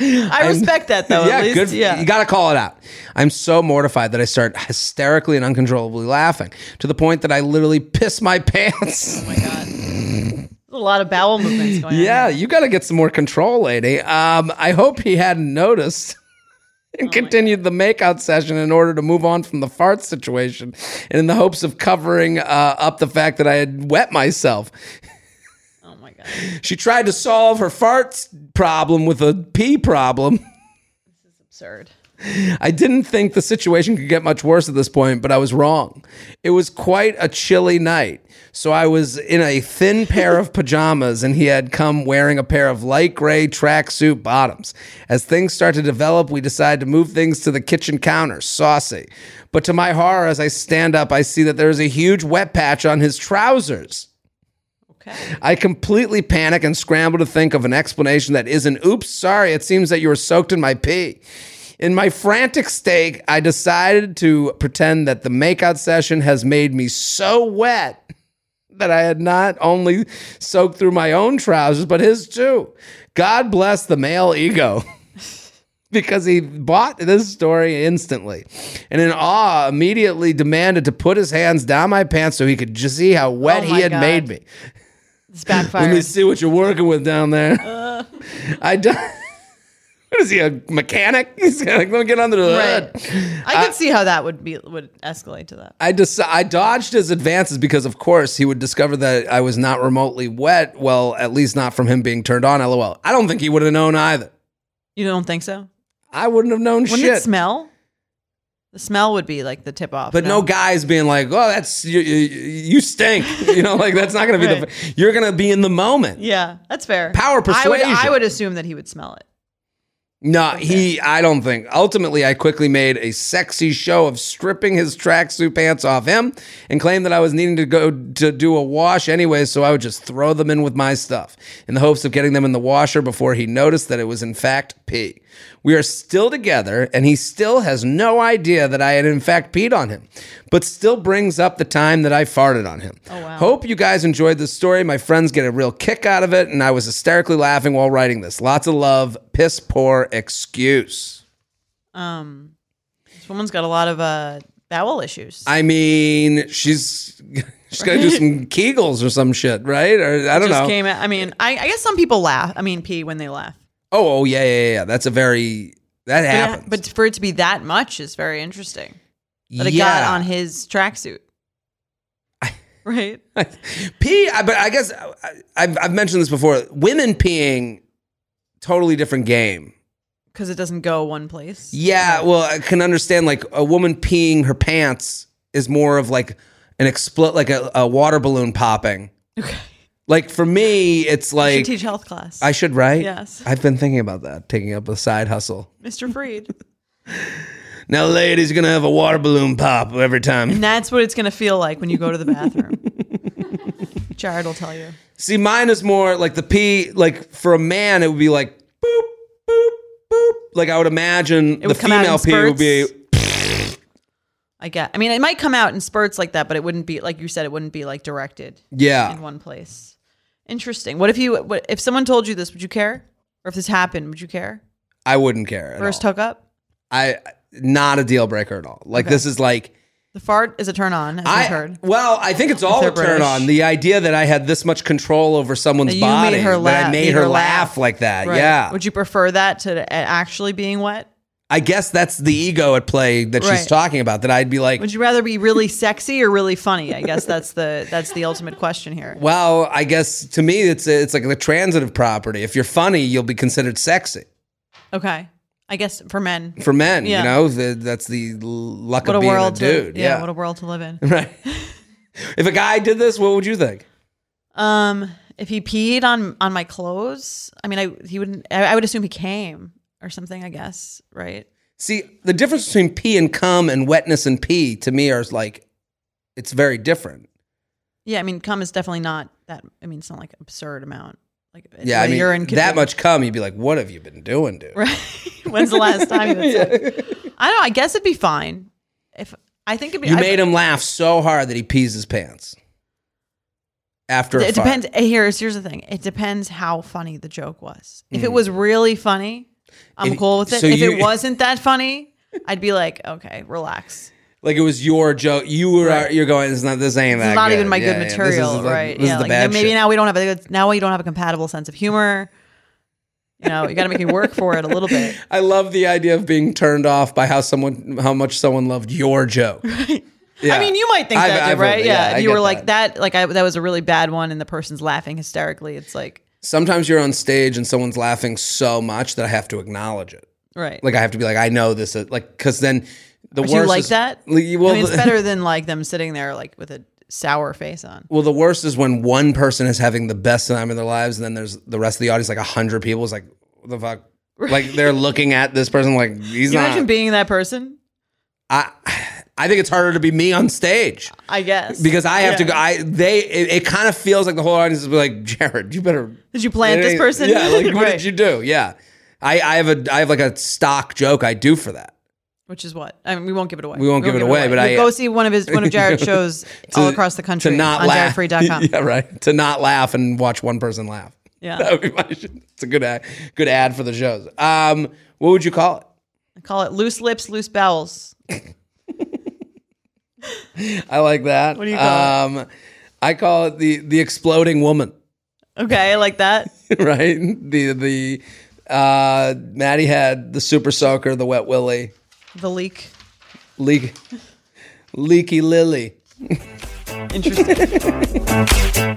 I respect that though. yeah, at least, good. yeah. You got to call it out. I'm so mortified that I start hysterically and uncontrollably laughing to the point that I literally piss my pants. oh my god. There's a lot of bowel movements going on. Yeah, you got to get some more control, lady. Um, I hope he hadn't noticed Oh and continued the makeout session in order to move on from the fart situation and in the hopes of covering uh, up the fact that I had wet myself. Oh my god. She tried to solve her farts problem with a pee problem. Absurd. I didn't think the situation could get much worse at this point, but I was wrong. It was quite a chilly night, so I was in a thin pair of pajamas, and he had come wearing a pair of light gray tracksuit bottoms. As things start to develop, we decide to move things to the kitchen counter, saucy. But to my horror, as I stand up, I see that there is a huge wet patch on his trousers. Okay. I completely panic and scramble to think of an explanation that isn't, oops, sorry, it seems that you were soaked in my pee. In my frantic state, I decided to pretend that the makeout session has made me so wet that I had not only soaked through my own trousers, but his too. God bless the male ego. Because he bought this story instantly and in awe immediately demanded to put his hands down my pants so he could just see how wet Oh he my had God. made me. This Let me backfired. see what you're working with down there. Uh. I don't. What is he a mechanic? He's gonna like, let me get under the Right. hood. I could see how that would be would escalate to that. I deci- I dodged his advances because, of course, he would discover that I was not remotely wet. Well, at least not from him being turned on. LOL. I don't think he would have known either. You don't think so? I wouldn't have known Wouldn't it shit. smell? The smell would be like the tip off. but no guys being like, "Oh, that's you, you, you stink." You know, like that's not gonna be Right. the. You're gonna be in the moment. Yeah, that's fair. Power I would, I persuasion. would assume that he would smell it. No, he. I don't think. Ultimately, I quickly made a sexy show of stripping his tracksuit pants off him and claimed that I was needing to go to do a wash anyway, so I would just throw them in with my stuff in the hopes of getting them in the washer before he noticed that it was in fact pee. We are still together, and he still has no idea that I had in fact peed on him, but still brings up the time that I farted on him. Oh wow. Hope you guys enjoyed this story. My friends get a real kick out of it, and I was hysterically laughing while writing this. Lots of love. Piss poor excuse. Um, this woman's got a lot of uh, bowel issues. I mean, she's she's gonna do some Kegels or some shit, right? Or I don't just know. came. At, I mean, I, I guess some people laugh. I mean, pee when they laugh. oh, oh yeah, yeah, yeah, yeah. That's a very that But, uh, happens. but for it to be that much is very interesting. That it yeah. got on his tracksuit, right? Pee, I- but I guess I, I've, I've mentioned this before. Women peeing, totally different game. Because it doesn't go one place. Yeah, well, I can understand like a woman peeing her pants is more of like an explode, like a, a water balloon popping. Okay. Like for me, it's You like teach health class, I should write. Yes. I've been thinking about that, taking up a side hustle. Mr. Freed. Now, ladies, you're gonna have a water balloon pop every time. And that's what it's going to feel like when you go to the bathroom. Jared will tell you. See, mine is more like the pee. Like for a man, it would be like boop boop boop. Like I would imagine the would come out in female pee would be. spurts. I get. I mean, it might come out in spurts like that, but it wouldn't be like you said. It wouldn't be like directed in Yeah, one place. Interesting. What if you? What if someone told you this? Would you care? Or if this happened, would you care? I wouldn't care. At First all. hookup. I not a deal breaker at all. Like this is like The fart is a turn on. As I I heard. well, I think it's all they're a turn on. British. The idea that I had this much control over someone's That you body, made her that I laugh, made, her, laugh like that. Right. Yeah, Would you prefer that to uh, actually being wet? I guess that's the ego at play that she's Right. talking about. That I'd be like, Would you rather be really sexy or really funny? I guess that's the that's the ultimate question here. well, I guess to me it's it's like the transitive property. If you're funny, you'll be considered sexy Okay. I guess for men. for men. Yeah. You know, the, that's the luck What a of being world a to- dude. yeah. yeah, What a world to live in. right. if a guy did this, what would you think? Um, if he peed on on my clothes, I mean, I he wouldn't. I, I would assume he came or something. I guess, right? See, the difference between pee and cum and wetness and pee to me are like, it's very different. Yeah, I mean, cum is definitely not that. I mean, it's not like absurd amount. Like, Yeah, I where mean, urine could that be- much cum, you'd be like, what have you been doing, dude? Right? When's the last time? You had sex? I don't. know. I guess it'd be fine. If I think it'd be. You I- made him laugh so hard that he pees his pants. After a It fart. depends. Here's here's the thing. It depends how funny the joke was. If it was really funny, I'm Mm. If- cool with it. so if you- it wasn't that funny, I'd be like, okay, relax. Like it was your joke. You were you're going. It's not. This ain't It's that. not good. even my Yeah, good yeah, this is material, like- right? This yeah, is the like bad maybe shit. now we don't have a good, now we don't have a compatible sense of humor. You know, you got to make me work for it a little bit. I love the idea of being turned off by how someone, how much someone loved your joke. Yeah. I mean, you might think I've- that, I've- did, right? Yeah, I if you get were like that, like I, that was a really bad one, and the person's laughing hysterically. It's like, Sometimes you're on stage and someone's laughing so much that I have to acknowledge it. Right. Like I have to be like, I know this. Is, like because then the Do worst you like is- that? Well, I mean, it's the- better than like them sitting there like with a sour face on. Well, the worst is when one person is having the best time of their lives, and then there's the rest of the audience, like hundred people, is like, what the fuck? Like they're looking at this person like he's Can you not. imagine being that person? I, I think it's harder to be me on stage I guess because I have to Yeah. go. I they it, it kind of feels like the whole audience is like, Jared, you better Did you plant this person? Yeah, like what Right. did you do? Yeah, I I have a I have like a stock joke I do for that. Which is what I mean. We won't give it away. We won't give it away, but You'll I- go see one of his one of Jared's shows all across the country to not on laugh. jaredfree.com. yeah, right. To not laugh and watch one person laugh. Yeah. that would be my. It's a good ad, good ad for the shows. Um, what would you call it? Call it loose lips, loose bowels. I like that. What do you call um, I call it the the exploding woman, Okay, I like that. right? The the uh, Maddie had the super soaker, the wet willy, The leak. leak, leaky lily. Interesting.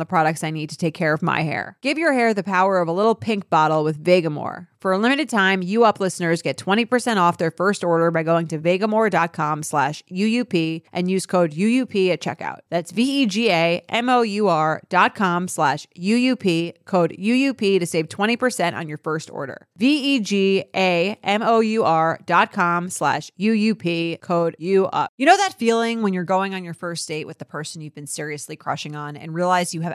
the products I need to take care of my hair. Give your hair the power of a little pink bottle with Vegamore. For a limited time, you up listeners get 20% off their first order by going to vegamore.com slash UUP and use code UUP at checkout. That's E V-E-G-A-M-O-U-R dot com slash UUP, code UUP to save 20% on your first order. E V-E-G-A-M-O-U-R dot com slash UUP, code UUP. You know that feeling when you're going on your first date with the person you've been seriously crushing on and realize you have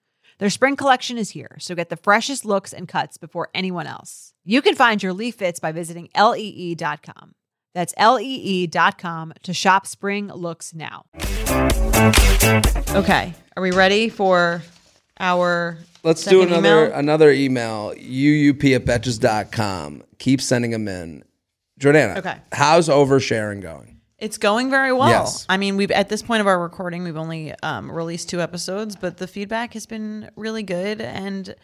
Their spring collection is here, so get the freshest looks and cuts before anyone else. You can find your Lee fits by visiting E lee.com. That's E lee.com to shop spring looks now. okay, are we ready for our? Let's do second another email? another email. UUP at betches.com. Keep sending them in. Jordana, Okay. how's oversharing going? It's going very well. Yes. I mean, we've at this point of our recording, we've only um, released two episodes, but the feedback has been really good, and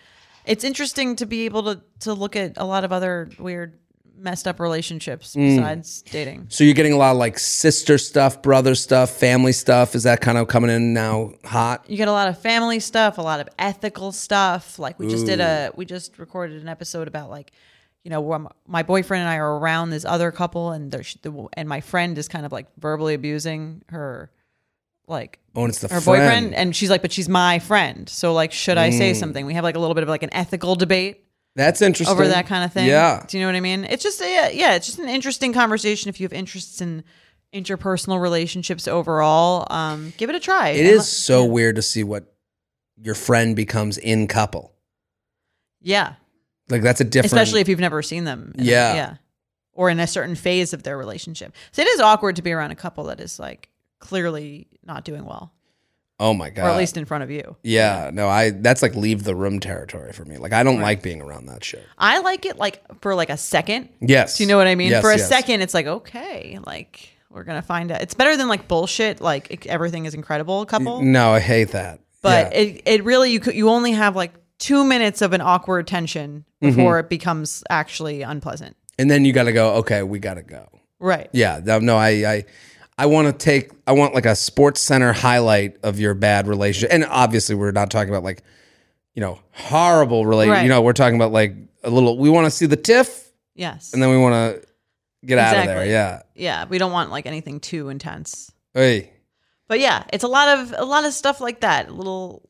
it's interesting to be able to to look at a lot of other weird, messed up relationships besides dating. So you're getting a lot of like sister stuff, brother stuff, family stuff. Is that kind of coming in now hot? You get a lot of family stuff, a lot of ethical stuff. Like we just did a, we just recorded an episode about like, you know, where m- my boyfriend and I are around this other couple, and they're, sh- the, and my friend is kind of like verbally abusing her, like Oh, and it's the her boyfriend and she's like but she's my friend so like should i Mm. say something we have like a little bit of like an ethical debate That's interesting. over that kind of thing Yeah. do you know what i mean it's just a, yeah, yeah it's just an interesting conversation if you have interests in interpersonal relationships overall um give it a try It is so weird to see what your friend becomes in couple. yeah Like that's a different especially if you've never seen them in a- Yeah. yeah or in a certain phase of their relationship so it is awkward to be around a couple that is like clearly not doing well, Oh my god. or at least in front of you. Yeah, no, I that's like leave the room territory for me. Like I don't like being around that shit. I like it like for like a second. Yes. Do you know what I mean? Yes, for a yes. second, it's like okay, like we're gonna find out. It's better than like bullshit. Like it- everything is incredible. Couple, No, I hate that. but Yeah. it it really you could, you only have like two minutes of an awkward tension Mm-hmm. before it becomes actually unpleasant. and then you got to go, okay, we got to go. Right. Yeah, no, no, I I I want to take I want like a sports center highlight of your bad relationship. And obviously we're not talking about like you know, horrible relation. Right. You know, we're talking about like a little we want to see the tiff Yes. and then we want to get out of there. Exactly. Yeah. yeah, we don't want like anything too intense. Hey. But yeah, it's a lot of a lot of stuff like that. Little,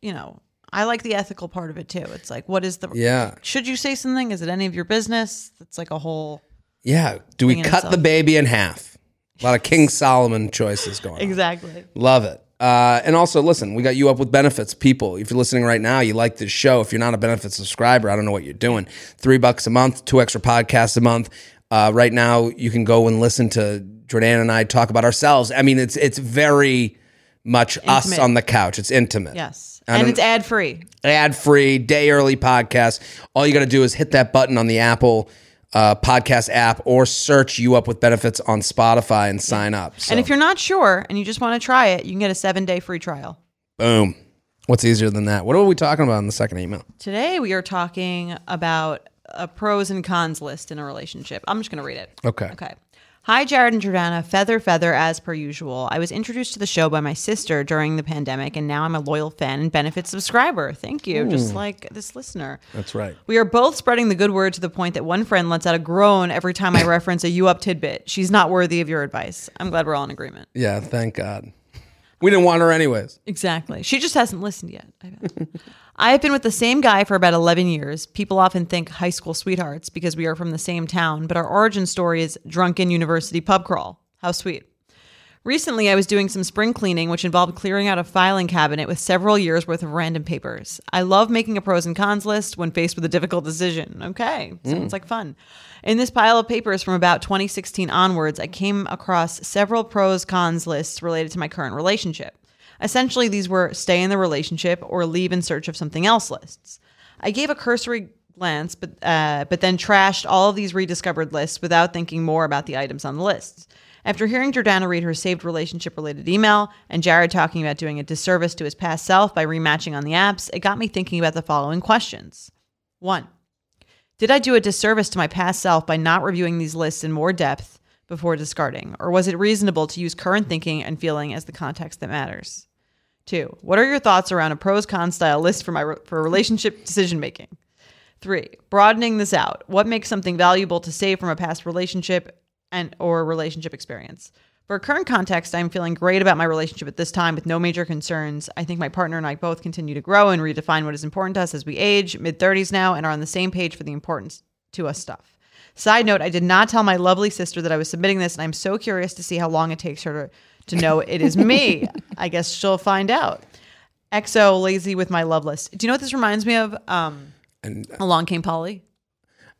you know, I like the ethical part of it too. It's like, what is the Yeah. should you say something? Is it any of your business? It's like a whole Yeah. Do we Bringing cut us the up. baby in half? A lot of King Solomon choices going on. exactly. Love it. Uh, and also, listen, we got you up with benefits, people. If you're listening right now, you like this show. If you're not a benefit subscriber, I don't know what you're doing. Three bucks a month, two extra podcasts a month. Uh, right now, you can go and listen to Jordan and I talk about ourselves. I mean, it's it's very much us Intimate. on the couch. It's intimate. Yes, I and don't- it's ad free. ad free, day early podcast. All you got to do is hit that button on the Apple uh, podcast app or search you up with benefits on Spotify and sign up. So, And if you're not sure and you just want to try it, you can get a seven day free trial. boom. What's easier than that? What are we talking about in the second email? Today we are talking about a pros and cons list in a relationship. I'm just going to read it. Okay. Okay. Hi, Jared and Jordana. Feather, feather, as per usual. I was introduced to the show by my sister during the pandemic, and now I'm a loyal fan and benefit subscriber. Thank you, just like this listener. That's right. We are both spreading the good word to the point that one friend lets out a groan every time I reference a you up tidbit. She's not worthy of your advice. I'm glad we're all in agreement. Yeah, thank God. We didn't want her anyways. Exactly. She just hasn't listened yet. I bet. I have been with the same guy for about 11 years. People often think high school sweethearts because we are from the same town, but our origin story is drunken university pub crawl. How sweet. Recently, I was doing some spring cleaning, which involved clearing out a filing cabinet with several years worth of random papers. I love making a pros and cons list when faced with a difficult decision. Okay, sounds like fun. In this pile of papers from about 2016 onwards, I came across several pros cons lists related to my current relationship. Essentially, these were stay in the relationship or leave in search of something else lists. I gave a cursory glance, but uh, but then trashed all of these rediscovered lists without thinking more about the items on the lists. After hearing Jordana read her saved relationship related email and Jared talking about doing a disservice to his past self by rematching on the apps, it got me thinking about the following questions. One, did I do a disservice to my past self by not reviewing these lists in more depth before discarding? Or was it reasonable to use current thinking and feeling as the context that matters? Two, what are your thoughts around a pros cons style list for my re- for relationship decision making? Three, broadening this out. What makes something valuable to save from a past relationship and or relationship experience? For current context, I'm feeling great about my relationship at this time with no major concerns. I think my partner and I both continue to grow and redefine what is important to us as we age, mid 30s now, and are on the same page for the importance to us stuff. Side note, I did not tell my lovely sister that I was submitting this, and I'm so curious to see how long it takes her to, to know it is me. I guess she'll find out. XO, lazy with my love list. Do you know what this reminds me of? Um, And Along Came Polly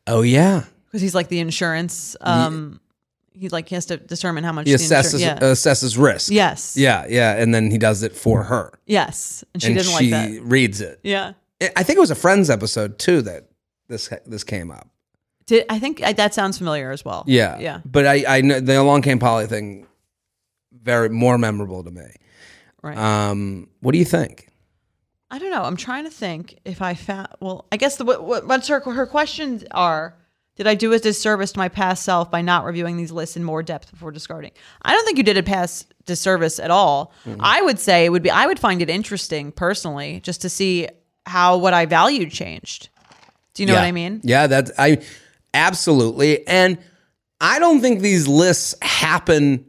oh yeah, because he's like the insurance. Um, he like has to determine how much he the insurance. assesses Yeah. assesses risk. yes. yeah, yeah, and then he does it for her, Yes. And she and didn't she like that. reads it. Yeah. I- I think it was a Friends episode too that this this came up. Did I think I, that sounds familiar as well? Yeah, Yeah. But I I know the Along Came Polly thing very more memorable to me. Right. Um, what do you think? I don't know. I'm trying to think if I found. Well, I guess the what, what- what's her her questions are. Did I do a disservice to my past self by not reviewing these lists in more depth before discarding? I don't think you did a past disservice at all. Mm-hmm. I would say it would be. I would find it interesting personally, just to see how what I valued changed. Do you know yeah. what I mean? Yeah, that's I absolutely. And I don't think these lists happen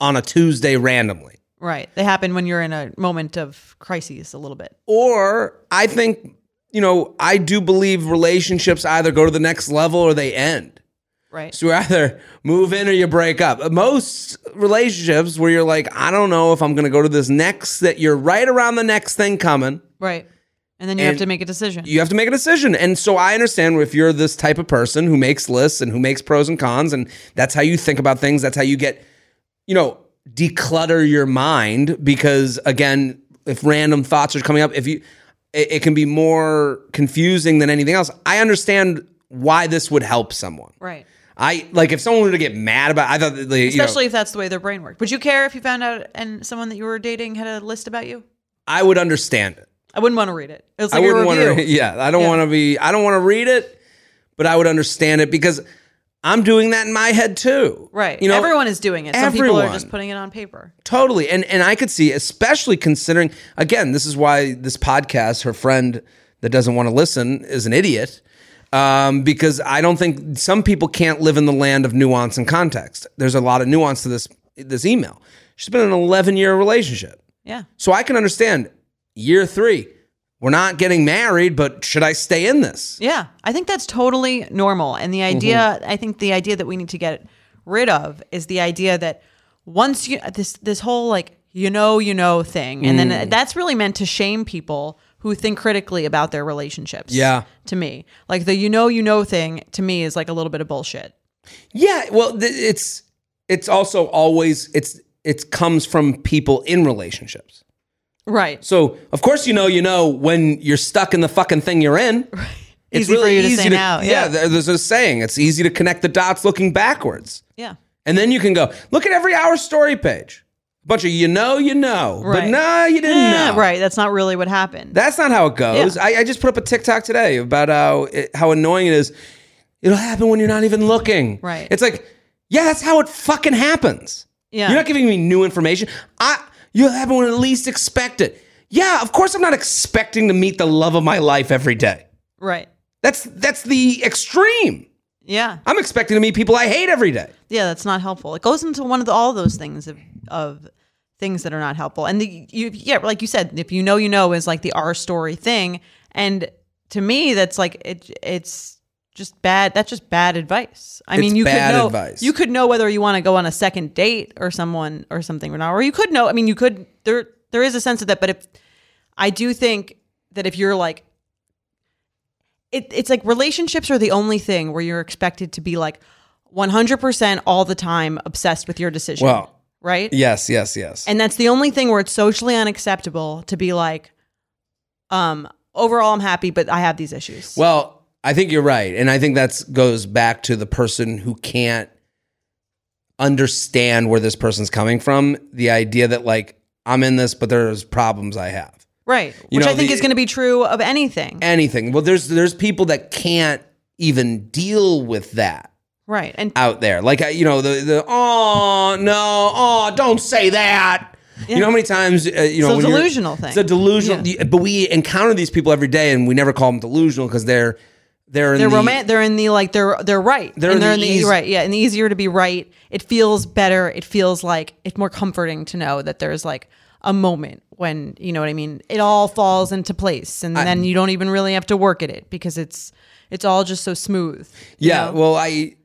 on a Tuesday randomly. Right. They happen when you're in a moment of crises a little bit. or I think you know I do believe relationships either go to the next level or they end. Right. So you either move in or you break up. Most relationships where you're like, I don't know if I'm going to go to this next that you're right around the next thing coming. Right. And then you And have to make a decision. You have to make a decision. And so I understand if you're this type of person who makes lists and who makes pros and cons and that's how you think about things, that's how you get you know declutter your mind because again, if random thoughts are coming up, if you it, it can be more confusing than anything else. I understand why this would help someone. Right. I like if someone were to get mad about I thought that, like, you know, Especially if that's the way their brain worked. Would you care if you found out and someone that you were dating had a list about you? I would understand it. I wouldn't want to read it. It's I like a wouldn't review. want to. Yeah, I don't Yeah. want to be. I don't want to read it, but I would understand it because I'm doing that in my head too. Right. You know, everyone is doing it. Some people are everyone. just putting it on paper. totally. And and I could see, especially considering again, this is why this podcast. Her friend that doesn't want to listen is an idiot. Um, because I don't think some people can't live in the land of nuance and context. There's a lot of nuance to this this email. She's been in an 11 year relationship. Yeah. So I can understand year three, we're not getting married, but should I stay in this? Yeah. I think that's totally normal. And the idea, Mm-hmm. I think the idea that we need to get rid of is the idea that once you, this, this whole like, you know, you know thing. And then Mm. that's really meant to shame people who think critically about their relationships. Yeah. To me, like the you know, you know thing to me is like a little bit of bullshit. Yeah. Well, th- it's it's also always it's it comes from people in relationships. Right. So of course you know you know when you're stuck in the fucking thing you're in. It's Easy for you to say now, Yeah. yeah. there- There's a saying. It's easy to connect the dots looking backwards, Yeah. and then you can go look at every hour story page. A bunch of you know you know, but Right. Eh, nah, you didn't Yeah, know. Right. That's not really what happened. That's not how it goes. I, I just put up a TikTok today about how it, how annoying it is. It'll happen when you're not even looking. Right. It's like, yeah, that's how it fucking happens. Yeah. You're not giving me new information. I you'll happen when I least expect it. Yeah, of course I'm not expecting to meet the love of my life every day. right. That's that's the extreme. Yeah. I'm expecting to meet people I hate every day. Yeah, that's not helpful. It goes into one of the, all those things of, of things that are not helpful. And the you yeah, like you said, if you know you know is like the R story thing. And to me, that's like it it's just bad. That's just bad advice. I It's mean, you bad could know advice. you could know whether you want to go on a second date or someone or something or not, or you could know. I mean, you could there there is a sense of that, but if I do think that if you're like it, it's like relationships are the only thing where you're expected to be like 100% all the time obsessed with your decision. Well, right? Yes, yes, yes. And that's the only thing where it's socially unacceptable to be like, um, overall, I'm happy, but I have these issues. Well, I think you're right, and I think that's goes back to the person who can't understand where this person's coming from. The idea that like I'm in this, but there's problems I have. right. you Which know, I think the- is going to be true of anything. Anything. Well, there's there's people that can't even deal with that right. And out there. Like I- you know the the oh no oh don't say that. You know how many times uh, you know a when you're- delusional thing. It's a delusional. But we encounter these people every day, and we never call them delusional because they're they're in they're the- romantic. They're in the like. They're they're right. They're and in they're the in the easy- right. Yeah, and the easier to be right. It feels better. It feels like it's more comforting to know that there's like a moment when you know what I mean. It all falls into place, and then you don't even really have to work at it because it's it's all just so smooth. you Yeah, know? well, I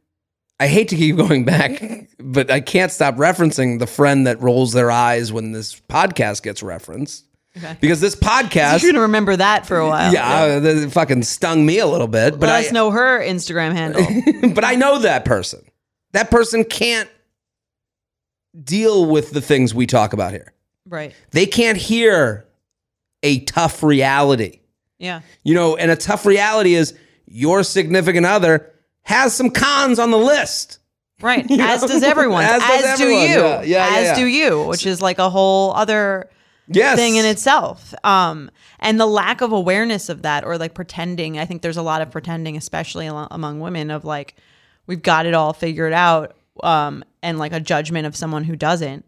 I hate to keep going back, but I can't stop referencing the friend that rolls their eyes when this podcast gets referenced. Okay. Because this podcast, you're gonna remember that for a while. yeah, that fucking stung me a little bit, but Let I us know her Instagram handle. but I know that person. That person can't deal with the things we talk about here. right. They can't hear a tough reality. Yeah. You know, and a tough reality is your significant other has some cons on the list. Right. As does know? everyone. As As, does do everyone. you. Yeah, yeah, yeah, As yeah. do you, which is like a whole other Yes. thing in itself. Um, and the lack of awareness of that, or like pretending. I think there's a lot of pretending, especially al- among women, of like we've got it all figured out, um, and like a judgment of someone who doesn't.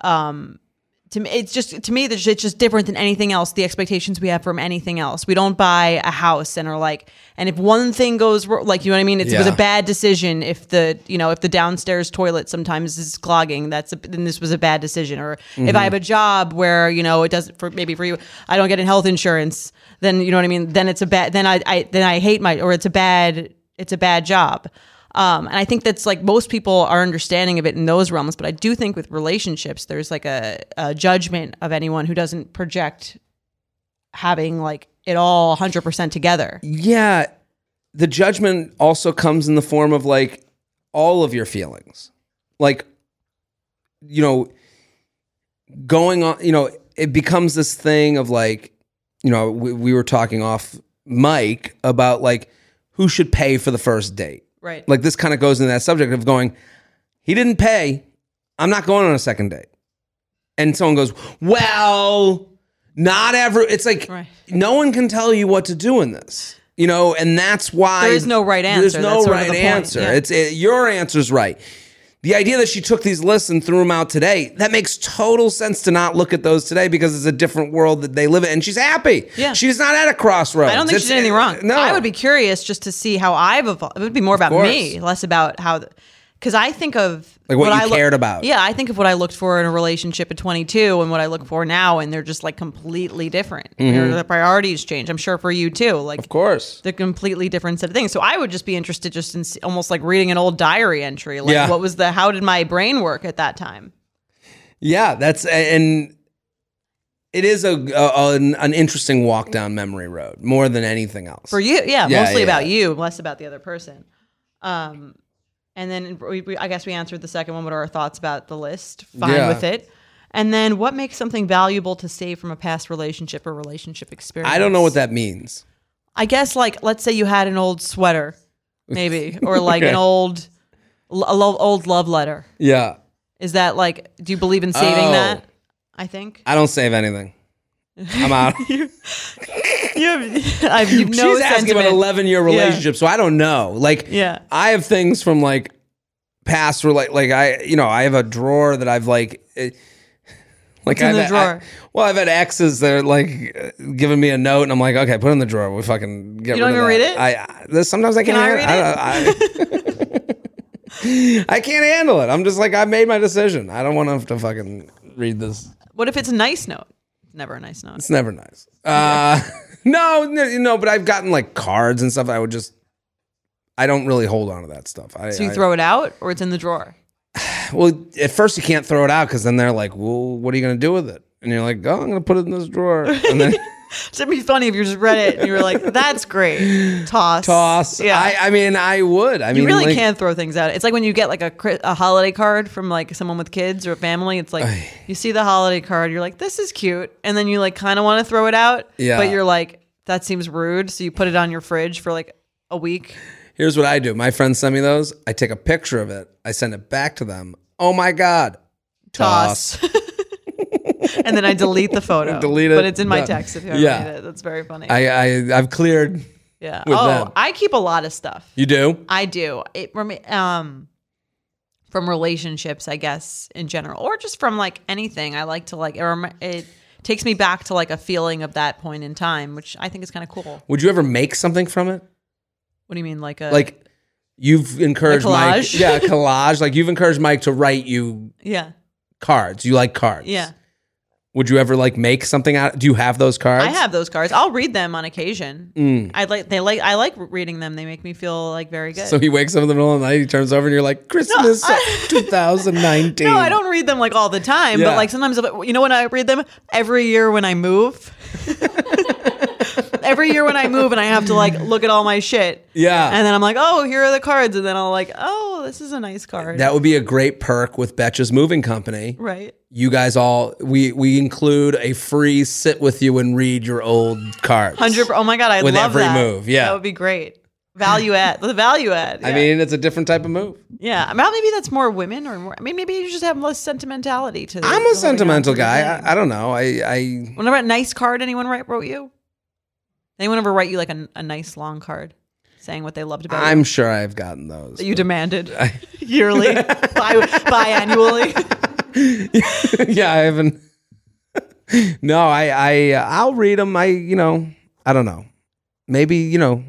Um, to me, it's just to me that it's just different than anything else. The expectations we have from anything else. We don't buy a house and are like, and if one thing goes wrong, like you know what I mean, it's, it was Yeah. a bad decision. If the you know if the downstairs toilet sometimes is clogging, that's a, then this was a bad decision. Or if I have a job where you know it doesn't for maybe for you, I don't get in health insurance. Then you know what I mean. Then it's a bad. Then I, I then I hate my or it's a bad it's a bad job. Um, and I think that's like most people are understanding of it in those realms, but I do think with relationships, there's like a, a judgment of anyone who doesn't project having like it all 100% together. Yeah. The judgment also comes in the form of like all of your feelings. Like you know, going on, you know, it becomes this thing of like, you know, we, we were talking off mic about like who should pay for the first date. Right. Like this kind of goes into that subject of going, he didn't pay. I'm not going on a second date. And someone goes, well, not every. It's like Right. no one can tell you what to do in this. You know, and that's why There is no right There's answer. no That's sort of right the point. answer. Yeah. It's it, your answer's right. The idea that she took these lists and threw them out today, that makes total sense to not look at those today because it's a different world that they live in. And she's happy. Yeah. She's not at a crossroads. I don't think It's- uh, she did anything wrong. No. I would be curious just to see how I've evolved. It would be more about course. me, less about how, because I think of Like what you I loo- cared about. Yeah, I think of what I looked for in a relationship at 22 and what I look for now, and they're just like completely different. Mm-hmm. Their, their priorities change. I'm sure for you too. Like Of course. the completely different set of things. So I would just be interested, just in s- almost like reading an old diary entry. Like Yeah. what was the? How did my brain work at that time? Yeah, that's and it is a, a an, an interesting walk down memory road more than anything else. for you yeah, Yeah, mostly yeah. about you less about the other person um and then we, we, i guess we answered the second one what are our thoughts about the list fine Yeah. with it and then what makes something valuable to save from a past relationship or relationship experience I don't know what that means. i guess like let's say you had an old sweater maybe or like an old l- a lo- old love letter Yeah. is that like do you believe in saving Oh. that i think I don't save anything. I'm out. you have, I have She's no asking about an sentiment. 11 year relationship, so I don't know. Like, Yeah. I have things from like past, rela- like I, you know, I have a drawer that I've like, it, like in I've the had- drawer? I- well, I've had exes that are like uh, giving me a note, and I'm like, okay, put it in the drawer. We fucking get. You don't rid of even that. read I, it? I there's- sometimes I can't. I handle it. I, I, I can't handle it. I'm just like I made my decision. I don't want to have to fucking read this. what if it's a nice note never a nice note It's never nice. Uh, no, no, no, but I've gotten like cards and stuff. I would just, I don't really hold on to that stuff. I, So you I- throw it out or it's in the drawer? well, at first you can't throw it out because then they're like, well, what are you going to do with it? And you're like, oh, I'm going to put it in this drawer. And then It'd be funny if you just read it and you were like, that's great. Toss. toss. Yeah. I, I mean, I would. I you mean, really like, can throw things out. It's like when you get like a, cri- a holiday card from like someone with kids or a family. It's like you see the holiday card, you're like, this is cute. And then you like kind of want to throw it out. Yeah. But you're like, that seems rude. So you put it on your fridge for like a week. Here's what I do. My friends send me those. I take a picture of it. I send it back to them. Oh my God. Toss. and then I delete the photo. Delete it. But it's in my Done. text if you ever Yeah. read it. That's very funny. I, I, I've cleared. yeah. with oh, them. I keep a lot of stuff. You do? I do. It remi- um from relationships, I guess, in general, or just from like anything. I like to like it, remi- it takes me back to like a feeling of that point in time, which I think is kind of cool. Would you ever make something from it? What do you mean, like a like you've encouraged A Mike. collage? Yeah, a collage. like you've encouraged Mike to write you yeah, cards. You like cards. yeah? Would you ever like make something out? Do you have those cards? I have those cards. I'll read them on occasion. Mm. I like they like I like reading them. They make me feel like very good. So he wakes up in the middle of the night. He turns over and you're like Christmas I- 2019. no, I don't read them like all the time, Yeah. but like sometimes, you know, when I read them every year when I move, every year when I move and I have to like look at all my shit. Yeah. And then I'm like, oh, here are the cards. And then I'll like, oh, this is a nice card. That would be a great perk with Betch's Moving Company. right. You guys all we we include a free sit with you and read your old cards. 100. Oh my God. I With love every that. move, yeah. That would be great. Value add. The value add. I yeah. mean, it's a different type of move. yeah. I mean, maybe that's more women or more. I mean, maybe you just have less sentimentality to I'm the whole a thing. sentimental guy. I, I don't know. I, I Whenever a nice card anyone write, wrote you? Anyone ever write you like a, a nice long card saying what they loved about you? I'm sure I've gotten those. that you demanded yearly, bi- biannually? yeah, I haven't. no, I, I, uh, I'll read them. I, you know, I don't know. Maybe you know,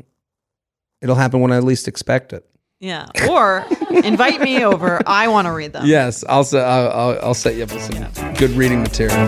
it'll happen when I least expect it. yeah. Or invite me over. I want to read them. Yes, I'll, se- I'll, I'll, I'll set you up with some good reading material.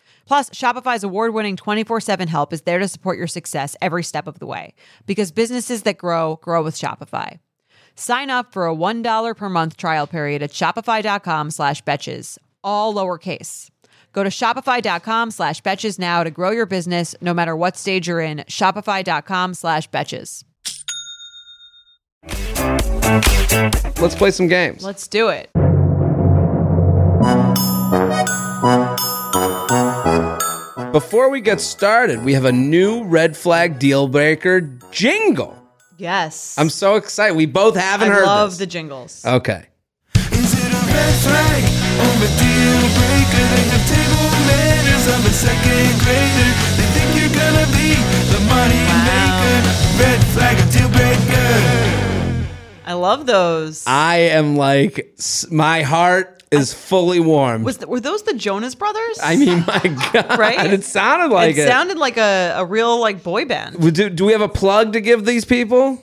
Plus, Shopify's award winning 24 7 help is there to support your success every step of the way because businesses that grow, grow with Shopify. Sign up for a $1 per month trial period at shopify.com slash betches, all lowercase. Go to shopify.com slash betches now to grow your business no matter what stage you're in. Shopify.com slash betches. Let's play some games. Let's do it. Before we get started, we have a new red flag deal breaker jingle. Yes. I'm so Uh, excited. We both haven't I heard love this. the jingles. okay. Is it a red flag or a deal breaker? They have table manners of a second grader. They think you're gonna be the money maker. Red flag or deal breaker. I love those. I am like, s- my heart is fully warm. Was th- were those the Jonas Brothers? I mean, my God. Right? It sounded like it it. sounded like a, a real like boy band. do, do we have a plug to give these people?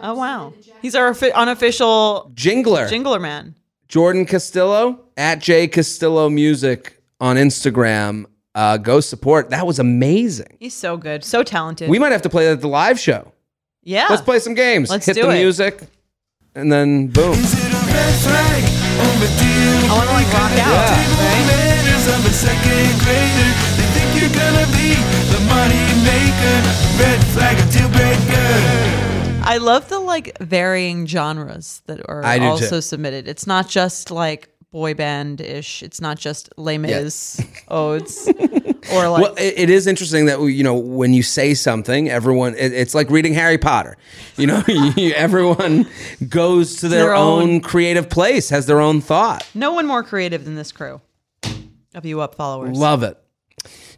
Oh wow, he's our offi- unofficial Jingler. jingler man. Jordan Castillo at J Castillo Music on Instagram. Uh, go support. That was amazing. He's so good, so talented. We might have to play that at the live show. yeah, Let's play some games. Ah, Let's Hit do the it. music, and then boom. Is it a red flag or a deal breaker? I wanna, like, rock They have out, table right? manners of a second grader. They think you're gonna be the money maker. Red flag or deal breaker. I love the like varying genres that are I do, too. also submitted. It's not just like boy band ish. It's not just Les Mis odes or like Well, it, it is interesting that you know when you say something, everyone. It, it's like reading Harry Potter. You know, you, everyone goes to their, Their own, own- creative place, has their own thought. no one more creative than this crew of you up followers. Love it.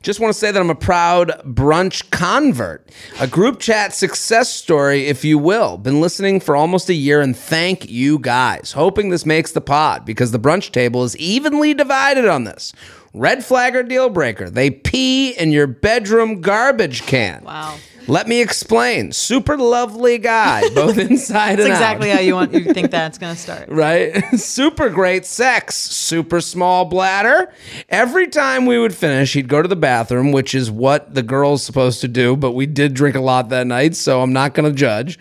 Just want to say that I'm a proud brunch convert, a group chat success story, if you will. Been listening for almost a year and thank you guys. Hoping this makes the pod because the brunch table is evenly divided on this. Red flag or deal breaker. They pee in your bedroom garbage can. Wow. Let me explain. Super lovely guy, both inside and That's out exactly how you want you think that's gonna start. right? super great sex, super small bladder. Every time we would finish, he'd go to the bathroom, which is what the girl's supposed to do, but we did drink a lot that night, so I'm not going to judge.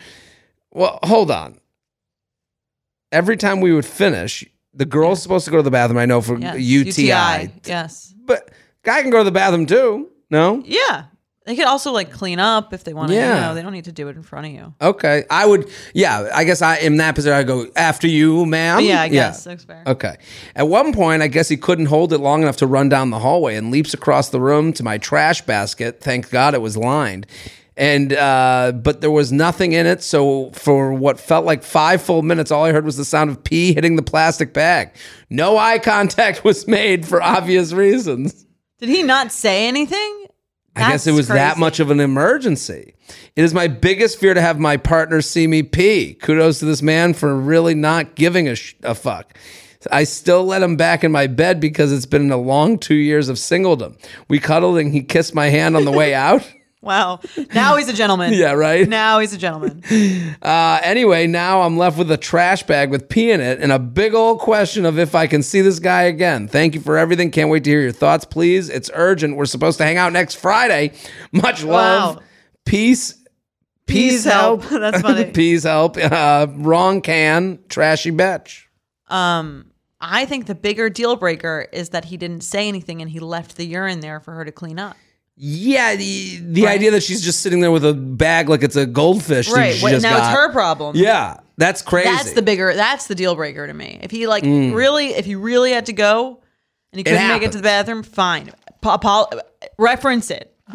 Well, hold on. Every time we would finish, the girl's supposed to go to the bathroom, I know, for Yes. UTI. Yes. But guy can go to the bathroom too. No? Yeah. They could also like clean up if they want to. Yeah. You know, they don't need to do it in front of you. Okay. I would, yeah, I guess I in that position. I go, after you, ma'am. But yeah, I guess that's fair. Okay. At one point, I guess he couldn't hold it long enough to run down the hallway and leaps across the room to my trash basket. Thank God it was lined. And, uh, but there was nothing in it. So for what felt like five full minutes, all I heard was the sound of pee hitting the plastic bag. No eye contact was made for obvious reasons. Did he not say anything? I guess it That's was that crazy. much of an emergency. It is my biggest fear to have my partner see me pee. Kudos to this man for really not giving a, sh- a fuck. I still let him back in my bed because it's been a long two years of singledom. We cuddled and he kissed my hand on the way out. Wow. Now he's a gentleman. Yeah, right? Now he's a gentleman. Uh, anyway, now I'm left with a trash bag with pee in it and a big old question of if I can see this guy again. Thank you for everything. Can't wait to hear your thoughts, please. It's urgent. We're supposed to hang out next Friday. Much love. Wow. Peace. Peace help. That's funny. Peace help. Uh, wrong can. Trashy bitch. Um, I think the bigger deal breaker is that he didn't say anything and he left the urine there for her to clean up. Yeah, the, the idea that she's just sitting there with a bag like it's a goldfish. that Right. she Wait, just now got. it's her problem. Yeah, that's crazy. That's the bigger. That's the deal breaker to me. If he like Mm. really, if he really had to go and he couldn't make it to the bathroom, fine. Pa- pa- reference it.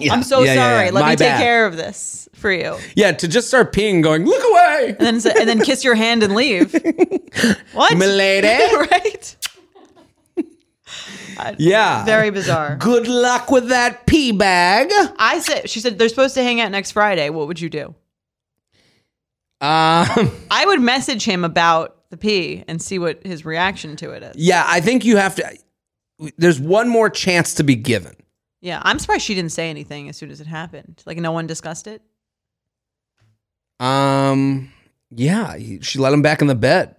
Yeah, I'm so yeah, yeah, sorry. yeah. Let My me take bad. care of this for you. Yeah, to just start peeing, and going look away, And then say- and then kiss your hand and leave. what? milady. right. Yeah. Very bizarre. Good luck with that pee bag. I said. She said they're supposed to hang out next Friday. What would you do? Um, I would message him about the pee and see what his reaction to it is. yeah, I think you have to. There's one more chance to be given. Yeah, I'm surprised she didn't say anything as soon as it happened. Like no one discussed it. Um, yeah, he- she let him back in the bed.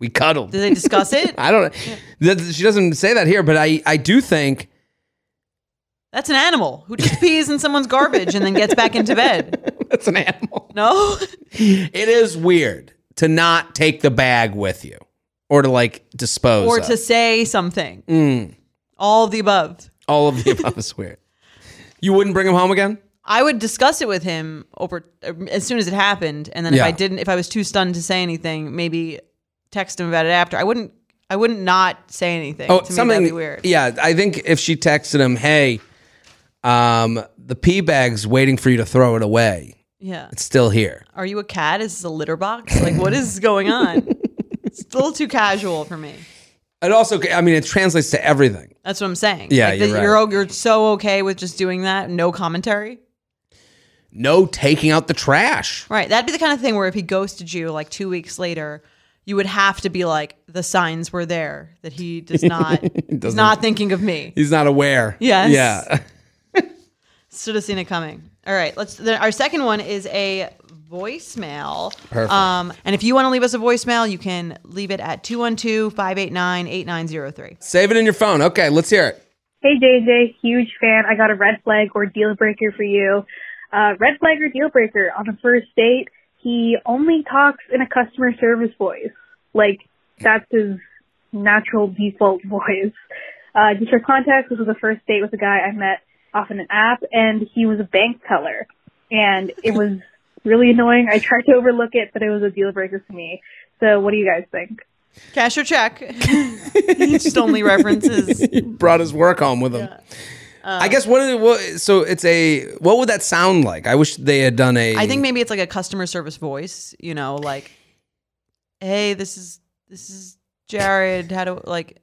We cuddled. Did they discuss it? I don't. that- She doesn't say that here, but I I do think. That's an animal who just pees in someone's garbage and then gets back into bed. That's an animal. No, It is weird to not take the bag with you, or to like dispose, or of. to say something. Mm, All of the above. all of the above is weird. You wouldn't bring him home again. I would discuss it with him over um, as soon as it happened, and then if Yeah. I didn't, if I was too stunned to say anything, maybe text him about it after. I wouldn't. I wouldn't not say anything. to me, that'd be weird. Oh, Yeah, I think if she texted him, "Hey, um, the pee bag's waiting for you to throw it away. yeah. It's still here." Are you a cat? Is this a litter box? Like, what is going on? It's a little too casual for me. It also, I mean, it translates to everything. That's what I'm saying. Yeah, like, that you're right. you're, o- you're so okay with just doing that, no commentary. No taking out the trash. Right. That'd be the kind of thing where if he ghosted you like two weeks later, you would have to be like, the signs were there that he does not, is not thinking of me. He's not aware. Yes. Yeah. Should have seen it coming. All right, let's. Then our second one is a voicemail. Perfect. Um, and if you want to leave us a voicemail, you can leave it at 212 589 8903. Save it in your phone. Okay, let's hear it. Hey JJ, huge fan. I got a red flag or deal breaker for you. Uh, red flag or deal breaker on a first date, he only talks in a customer service voice. Like, that's his natural default voice. Uh, just for context, this was a first date with a guy I met off an app and he was a bank teller. And it was really annoying. I tried to overlook it, but it was a deal breaker for me. So what do you guys think? Cash or check. he just only references. He brought his work home with him. Um, I guess what, it- what so it's a what would that sound like? I wish they had done a I think maybe it's like a customer service voice, you know, like, hey, this is this is Jared. How do like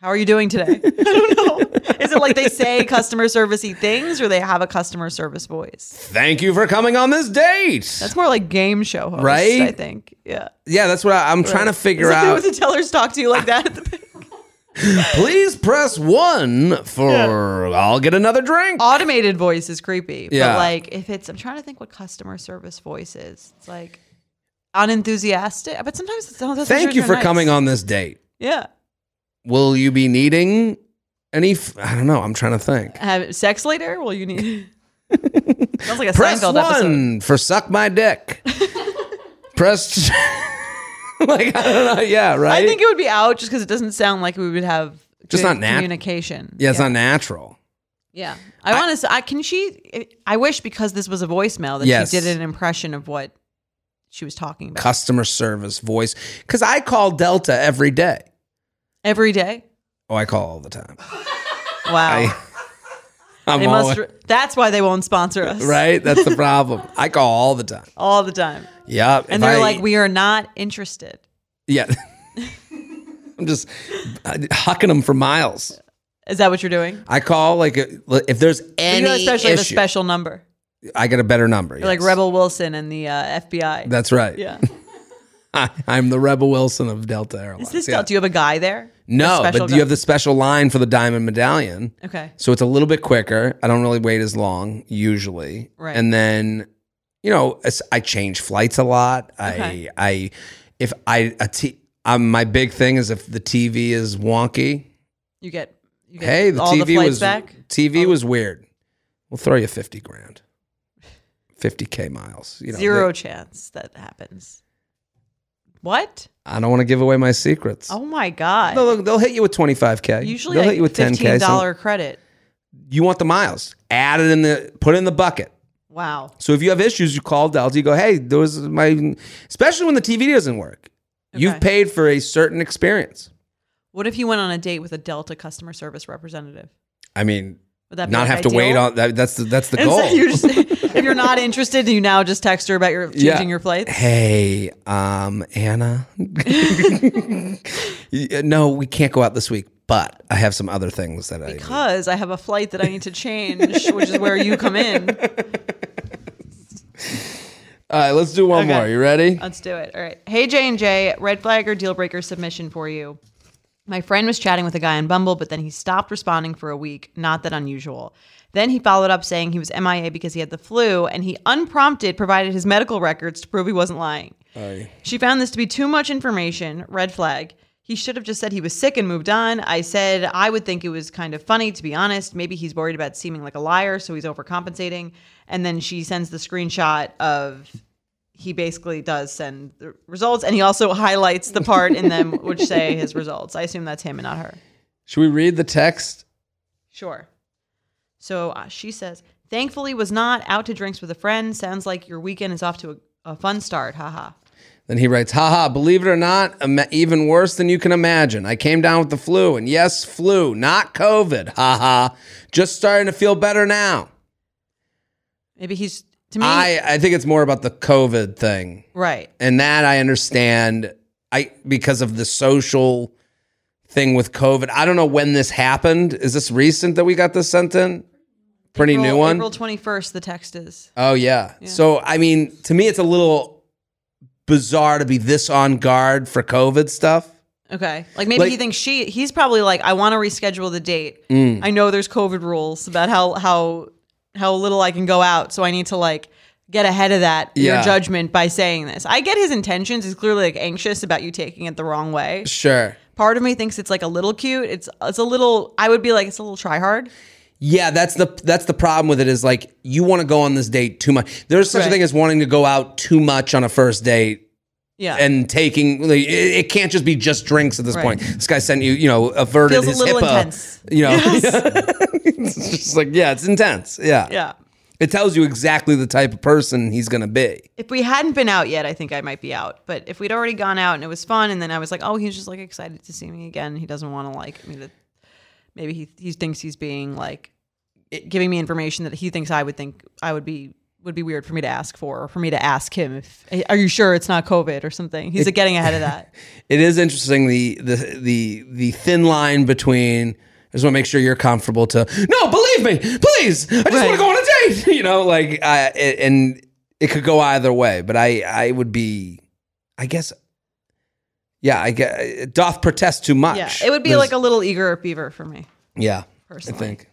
how are you doing today? I don't know. Is it like they say customer servicey things or they have a customer service voice? thank you for coming on this date. That's more like game show host, Right? I think. Yeah. yeah, that's what I, I'm trying to figure Is it out. good when the tellers talk to you like that? at the bank? Please press one for I'll get another Oh, drink. Automated voice is creepy. Yeah. But like if it's I'm trying to think what customer service voice is. It's like unenthusiastic. But sometimes it's oh, Thank you for coming on this date. Yeah. Will you be needing any? F- I don't know. I'm trying to think. have sex later? Well, you need. Sounds like a Press Seinfeld one episode. for suck my dick. Press. like I don't know. Yeah, right. I think it would be out just because it doesn't sound like we would have Just good not nat- communication. yeah, it's not natural. Yeah, I want to. I can she. I wish because this was a voicemail that Yes. she did an impression of what she was talking about Customer service voice. Because I call Delta every day. every day. Oh, I call all the time. Wow, I, I'm Oh. they must. always- that's why they won't sponsor us, right. That's the problem. I call all the time. All the time, Yeah. and if they're I- like, "We are not interested." Yeah. I'm just uh, hucking them for miles. Is that what you're doing? I call like uh, if there's You any know, especially issue, the special number, I get a better number. You're like yes. Rebel Wilson and the uh, FBI. That's right. yeah. I'm the Rebel Wilson of Delta Airlines. Is this Yeah. Del- Do you have a guy there? No, A special but guy? you have the special line for the diamond medallion. Okay. So it's a little bit quicker. I don't really wait as long usually. Right. And then, you know, as- I change flights a lot. I, Okay. I, if I, a t, um, my big thing is if the TV is wonky. You get. You get Hey, the all TV the flights was back. TV Oh. was weird. We'll throw you fifty grand, fifty k miles. You know, Zero they- chance that happens. What? I don't want to give away my secrets. Oh my god! They'll, they'll hit you with twenty five k. Usually, they'll like hit you with ten k. fifteen dollar credit. you want the miles? Add it in the put it in the bucket. Wow. So if you have issues, you call Delta. You go, hey, those are my. Especially when the TV doesn't work, you've Okay. paid for a certain experience. What if you went on a date with a Delta customer service representative? I mean, Would that be, not like, have to ideal? wait on that. That's the that's the And goal. so you just, if you're not interested, you now just text her about your changing Yeah. your flights. hey, um, Anna. no, we can't go out this week, but I have some other things that I. Because I have a flight that I need to change, which is where you come in. All right, let's do one Okay. Uh, more. You ready? Let's do it. All right. Hey J and J, red flag or deal breaker submission for you. My friend was chatting with a guy on Bumble, but then he stopped responding for a week. Not that unusual. Then he followed up saying he was MIA because he had the flu, and he unprompted provided his medical records to prove he wasn't lying. She found this to be too much information, red flag. He should have just said he was sick and moved on. I said I would think it was kind of funny, to be honest. Maybe he's worried about seeming like a liar, so he's overcompensating. And then she sends the screenshot of he basically does send the results, and he also highlights the part in them which say his results. I assume that's him and not her. Should we read the text? Sure. So uh, she says, thankfully was not out to drinks with a friend. Sounds like your weekend is off to a, a fun start. Haha. Then he writes, haha, believe it or not, ima- even worse than you can imagine. I came down with the flu, and yes, flu, not COVID. Haha. Just starting to feel better now. Maybe he's to me I, I think it's more about the COVID thing. right. and that I understand. I because of the social thing with COVID. I don't know when this happened. Is this recent that we got this sent in? Pretty April- new one. April twenty first. The text is Oh yeah. So I mean, to me, it's a little bizarre to be this on guard for COVID stuff. okay. Like maybe Like- Mm. he thinks she. He's probably like, I want to reschedule the date. I know there's COVID rules about how how how little I can go out, so I need to like get ahead of that Yeah. your judgment by saying this. I get his intentions. He's clearly like anxious about you taking it the wrong way. Sure. Part of me thinks it's like a little cute. It's it's a little. I would be like it's a little try hard. Yeah, that's the that's the problem with it is like you want to go on this date too much. There's such a Right. thing as wanting to go out too much on a first date Yeah. and taking like, it, it can't just be just drinks at this Right. point. This guy sent you, you know, averted Feels a his little HIPAA. intense. You know, it's just like yeah, it's intense. Yeah. yeah. it tells you exactly the type of person he's gonna be. If we hadn't been out yet, I think I might be out. But if we'd already gone out and it was fun, and then I was like, oh, he's just like excited to see me again. He doesn't want to like me to. Maybe he he thinks he's being like giving me information that he thinks I would think I would be would be weird for me to ask for or for me to ask him if are you sure it's not COVID or something. He's like getting ahead of that. It is interesting the the the the thin line between. I just want to make sure you're comfortable to no, believe me, please. I just Right. want to go on a date. You know, like I a- and it could go either way, but I I would be, I guess. Yeah, I guess it doth protest too much. Yeah, it would be There's- like a little eager beaver for me yeah. I personally. think.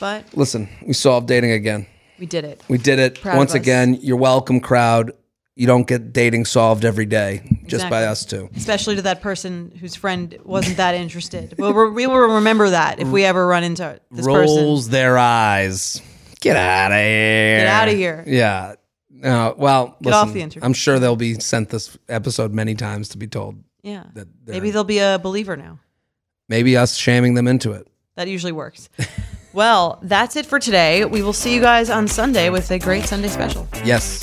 But Listen, we solved dating again. we did it. We did it Proud of once us. again. You're welcome, crowd. You don't get dating solved every day just by Exactly. us two. especially to that person whose friend wasn't that interested. Well, we we will remember that if we ever run into this person. Rolls their eyes. Get out of here. Get outta here. Yeah. No. Well, Get off the internet. I'm sure they'll be sent this episode many times to be told. Yeah, that they're- maybe they'll be a uh, believer now. Maybe us shaming them into it. That usually works. well, that's it for today. We will see you guys on Sunday with a great Sunday special. Yes.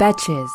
Betches.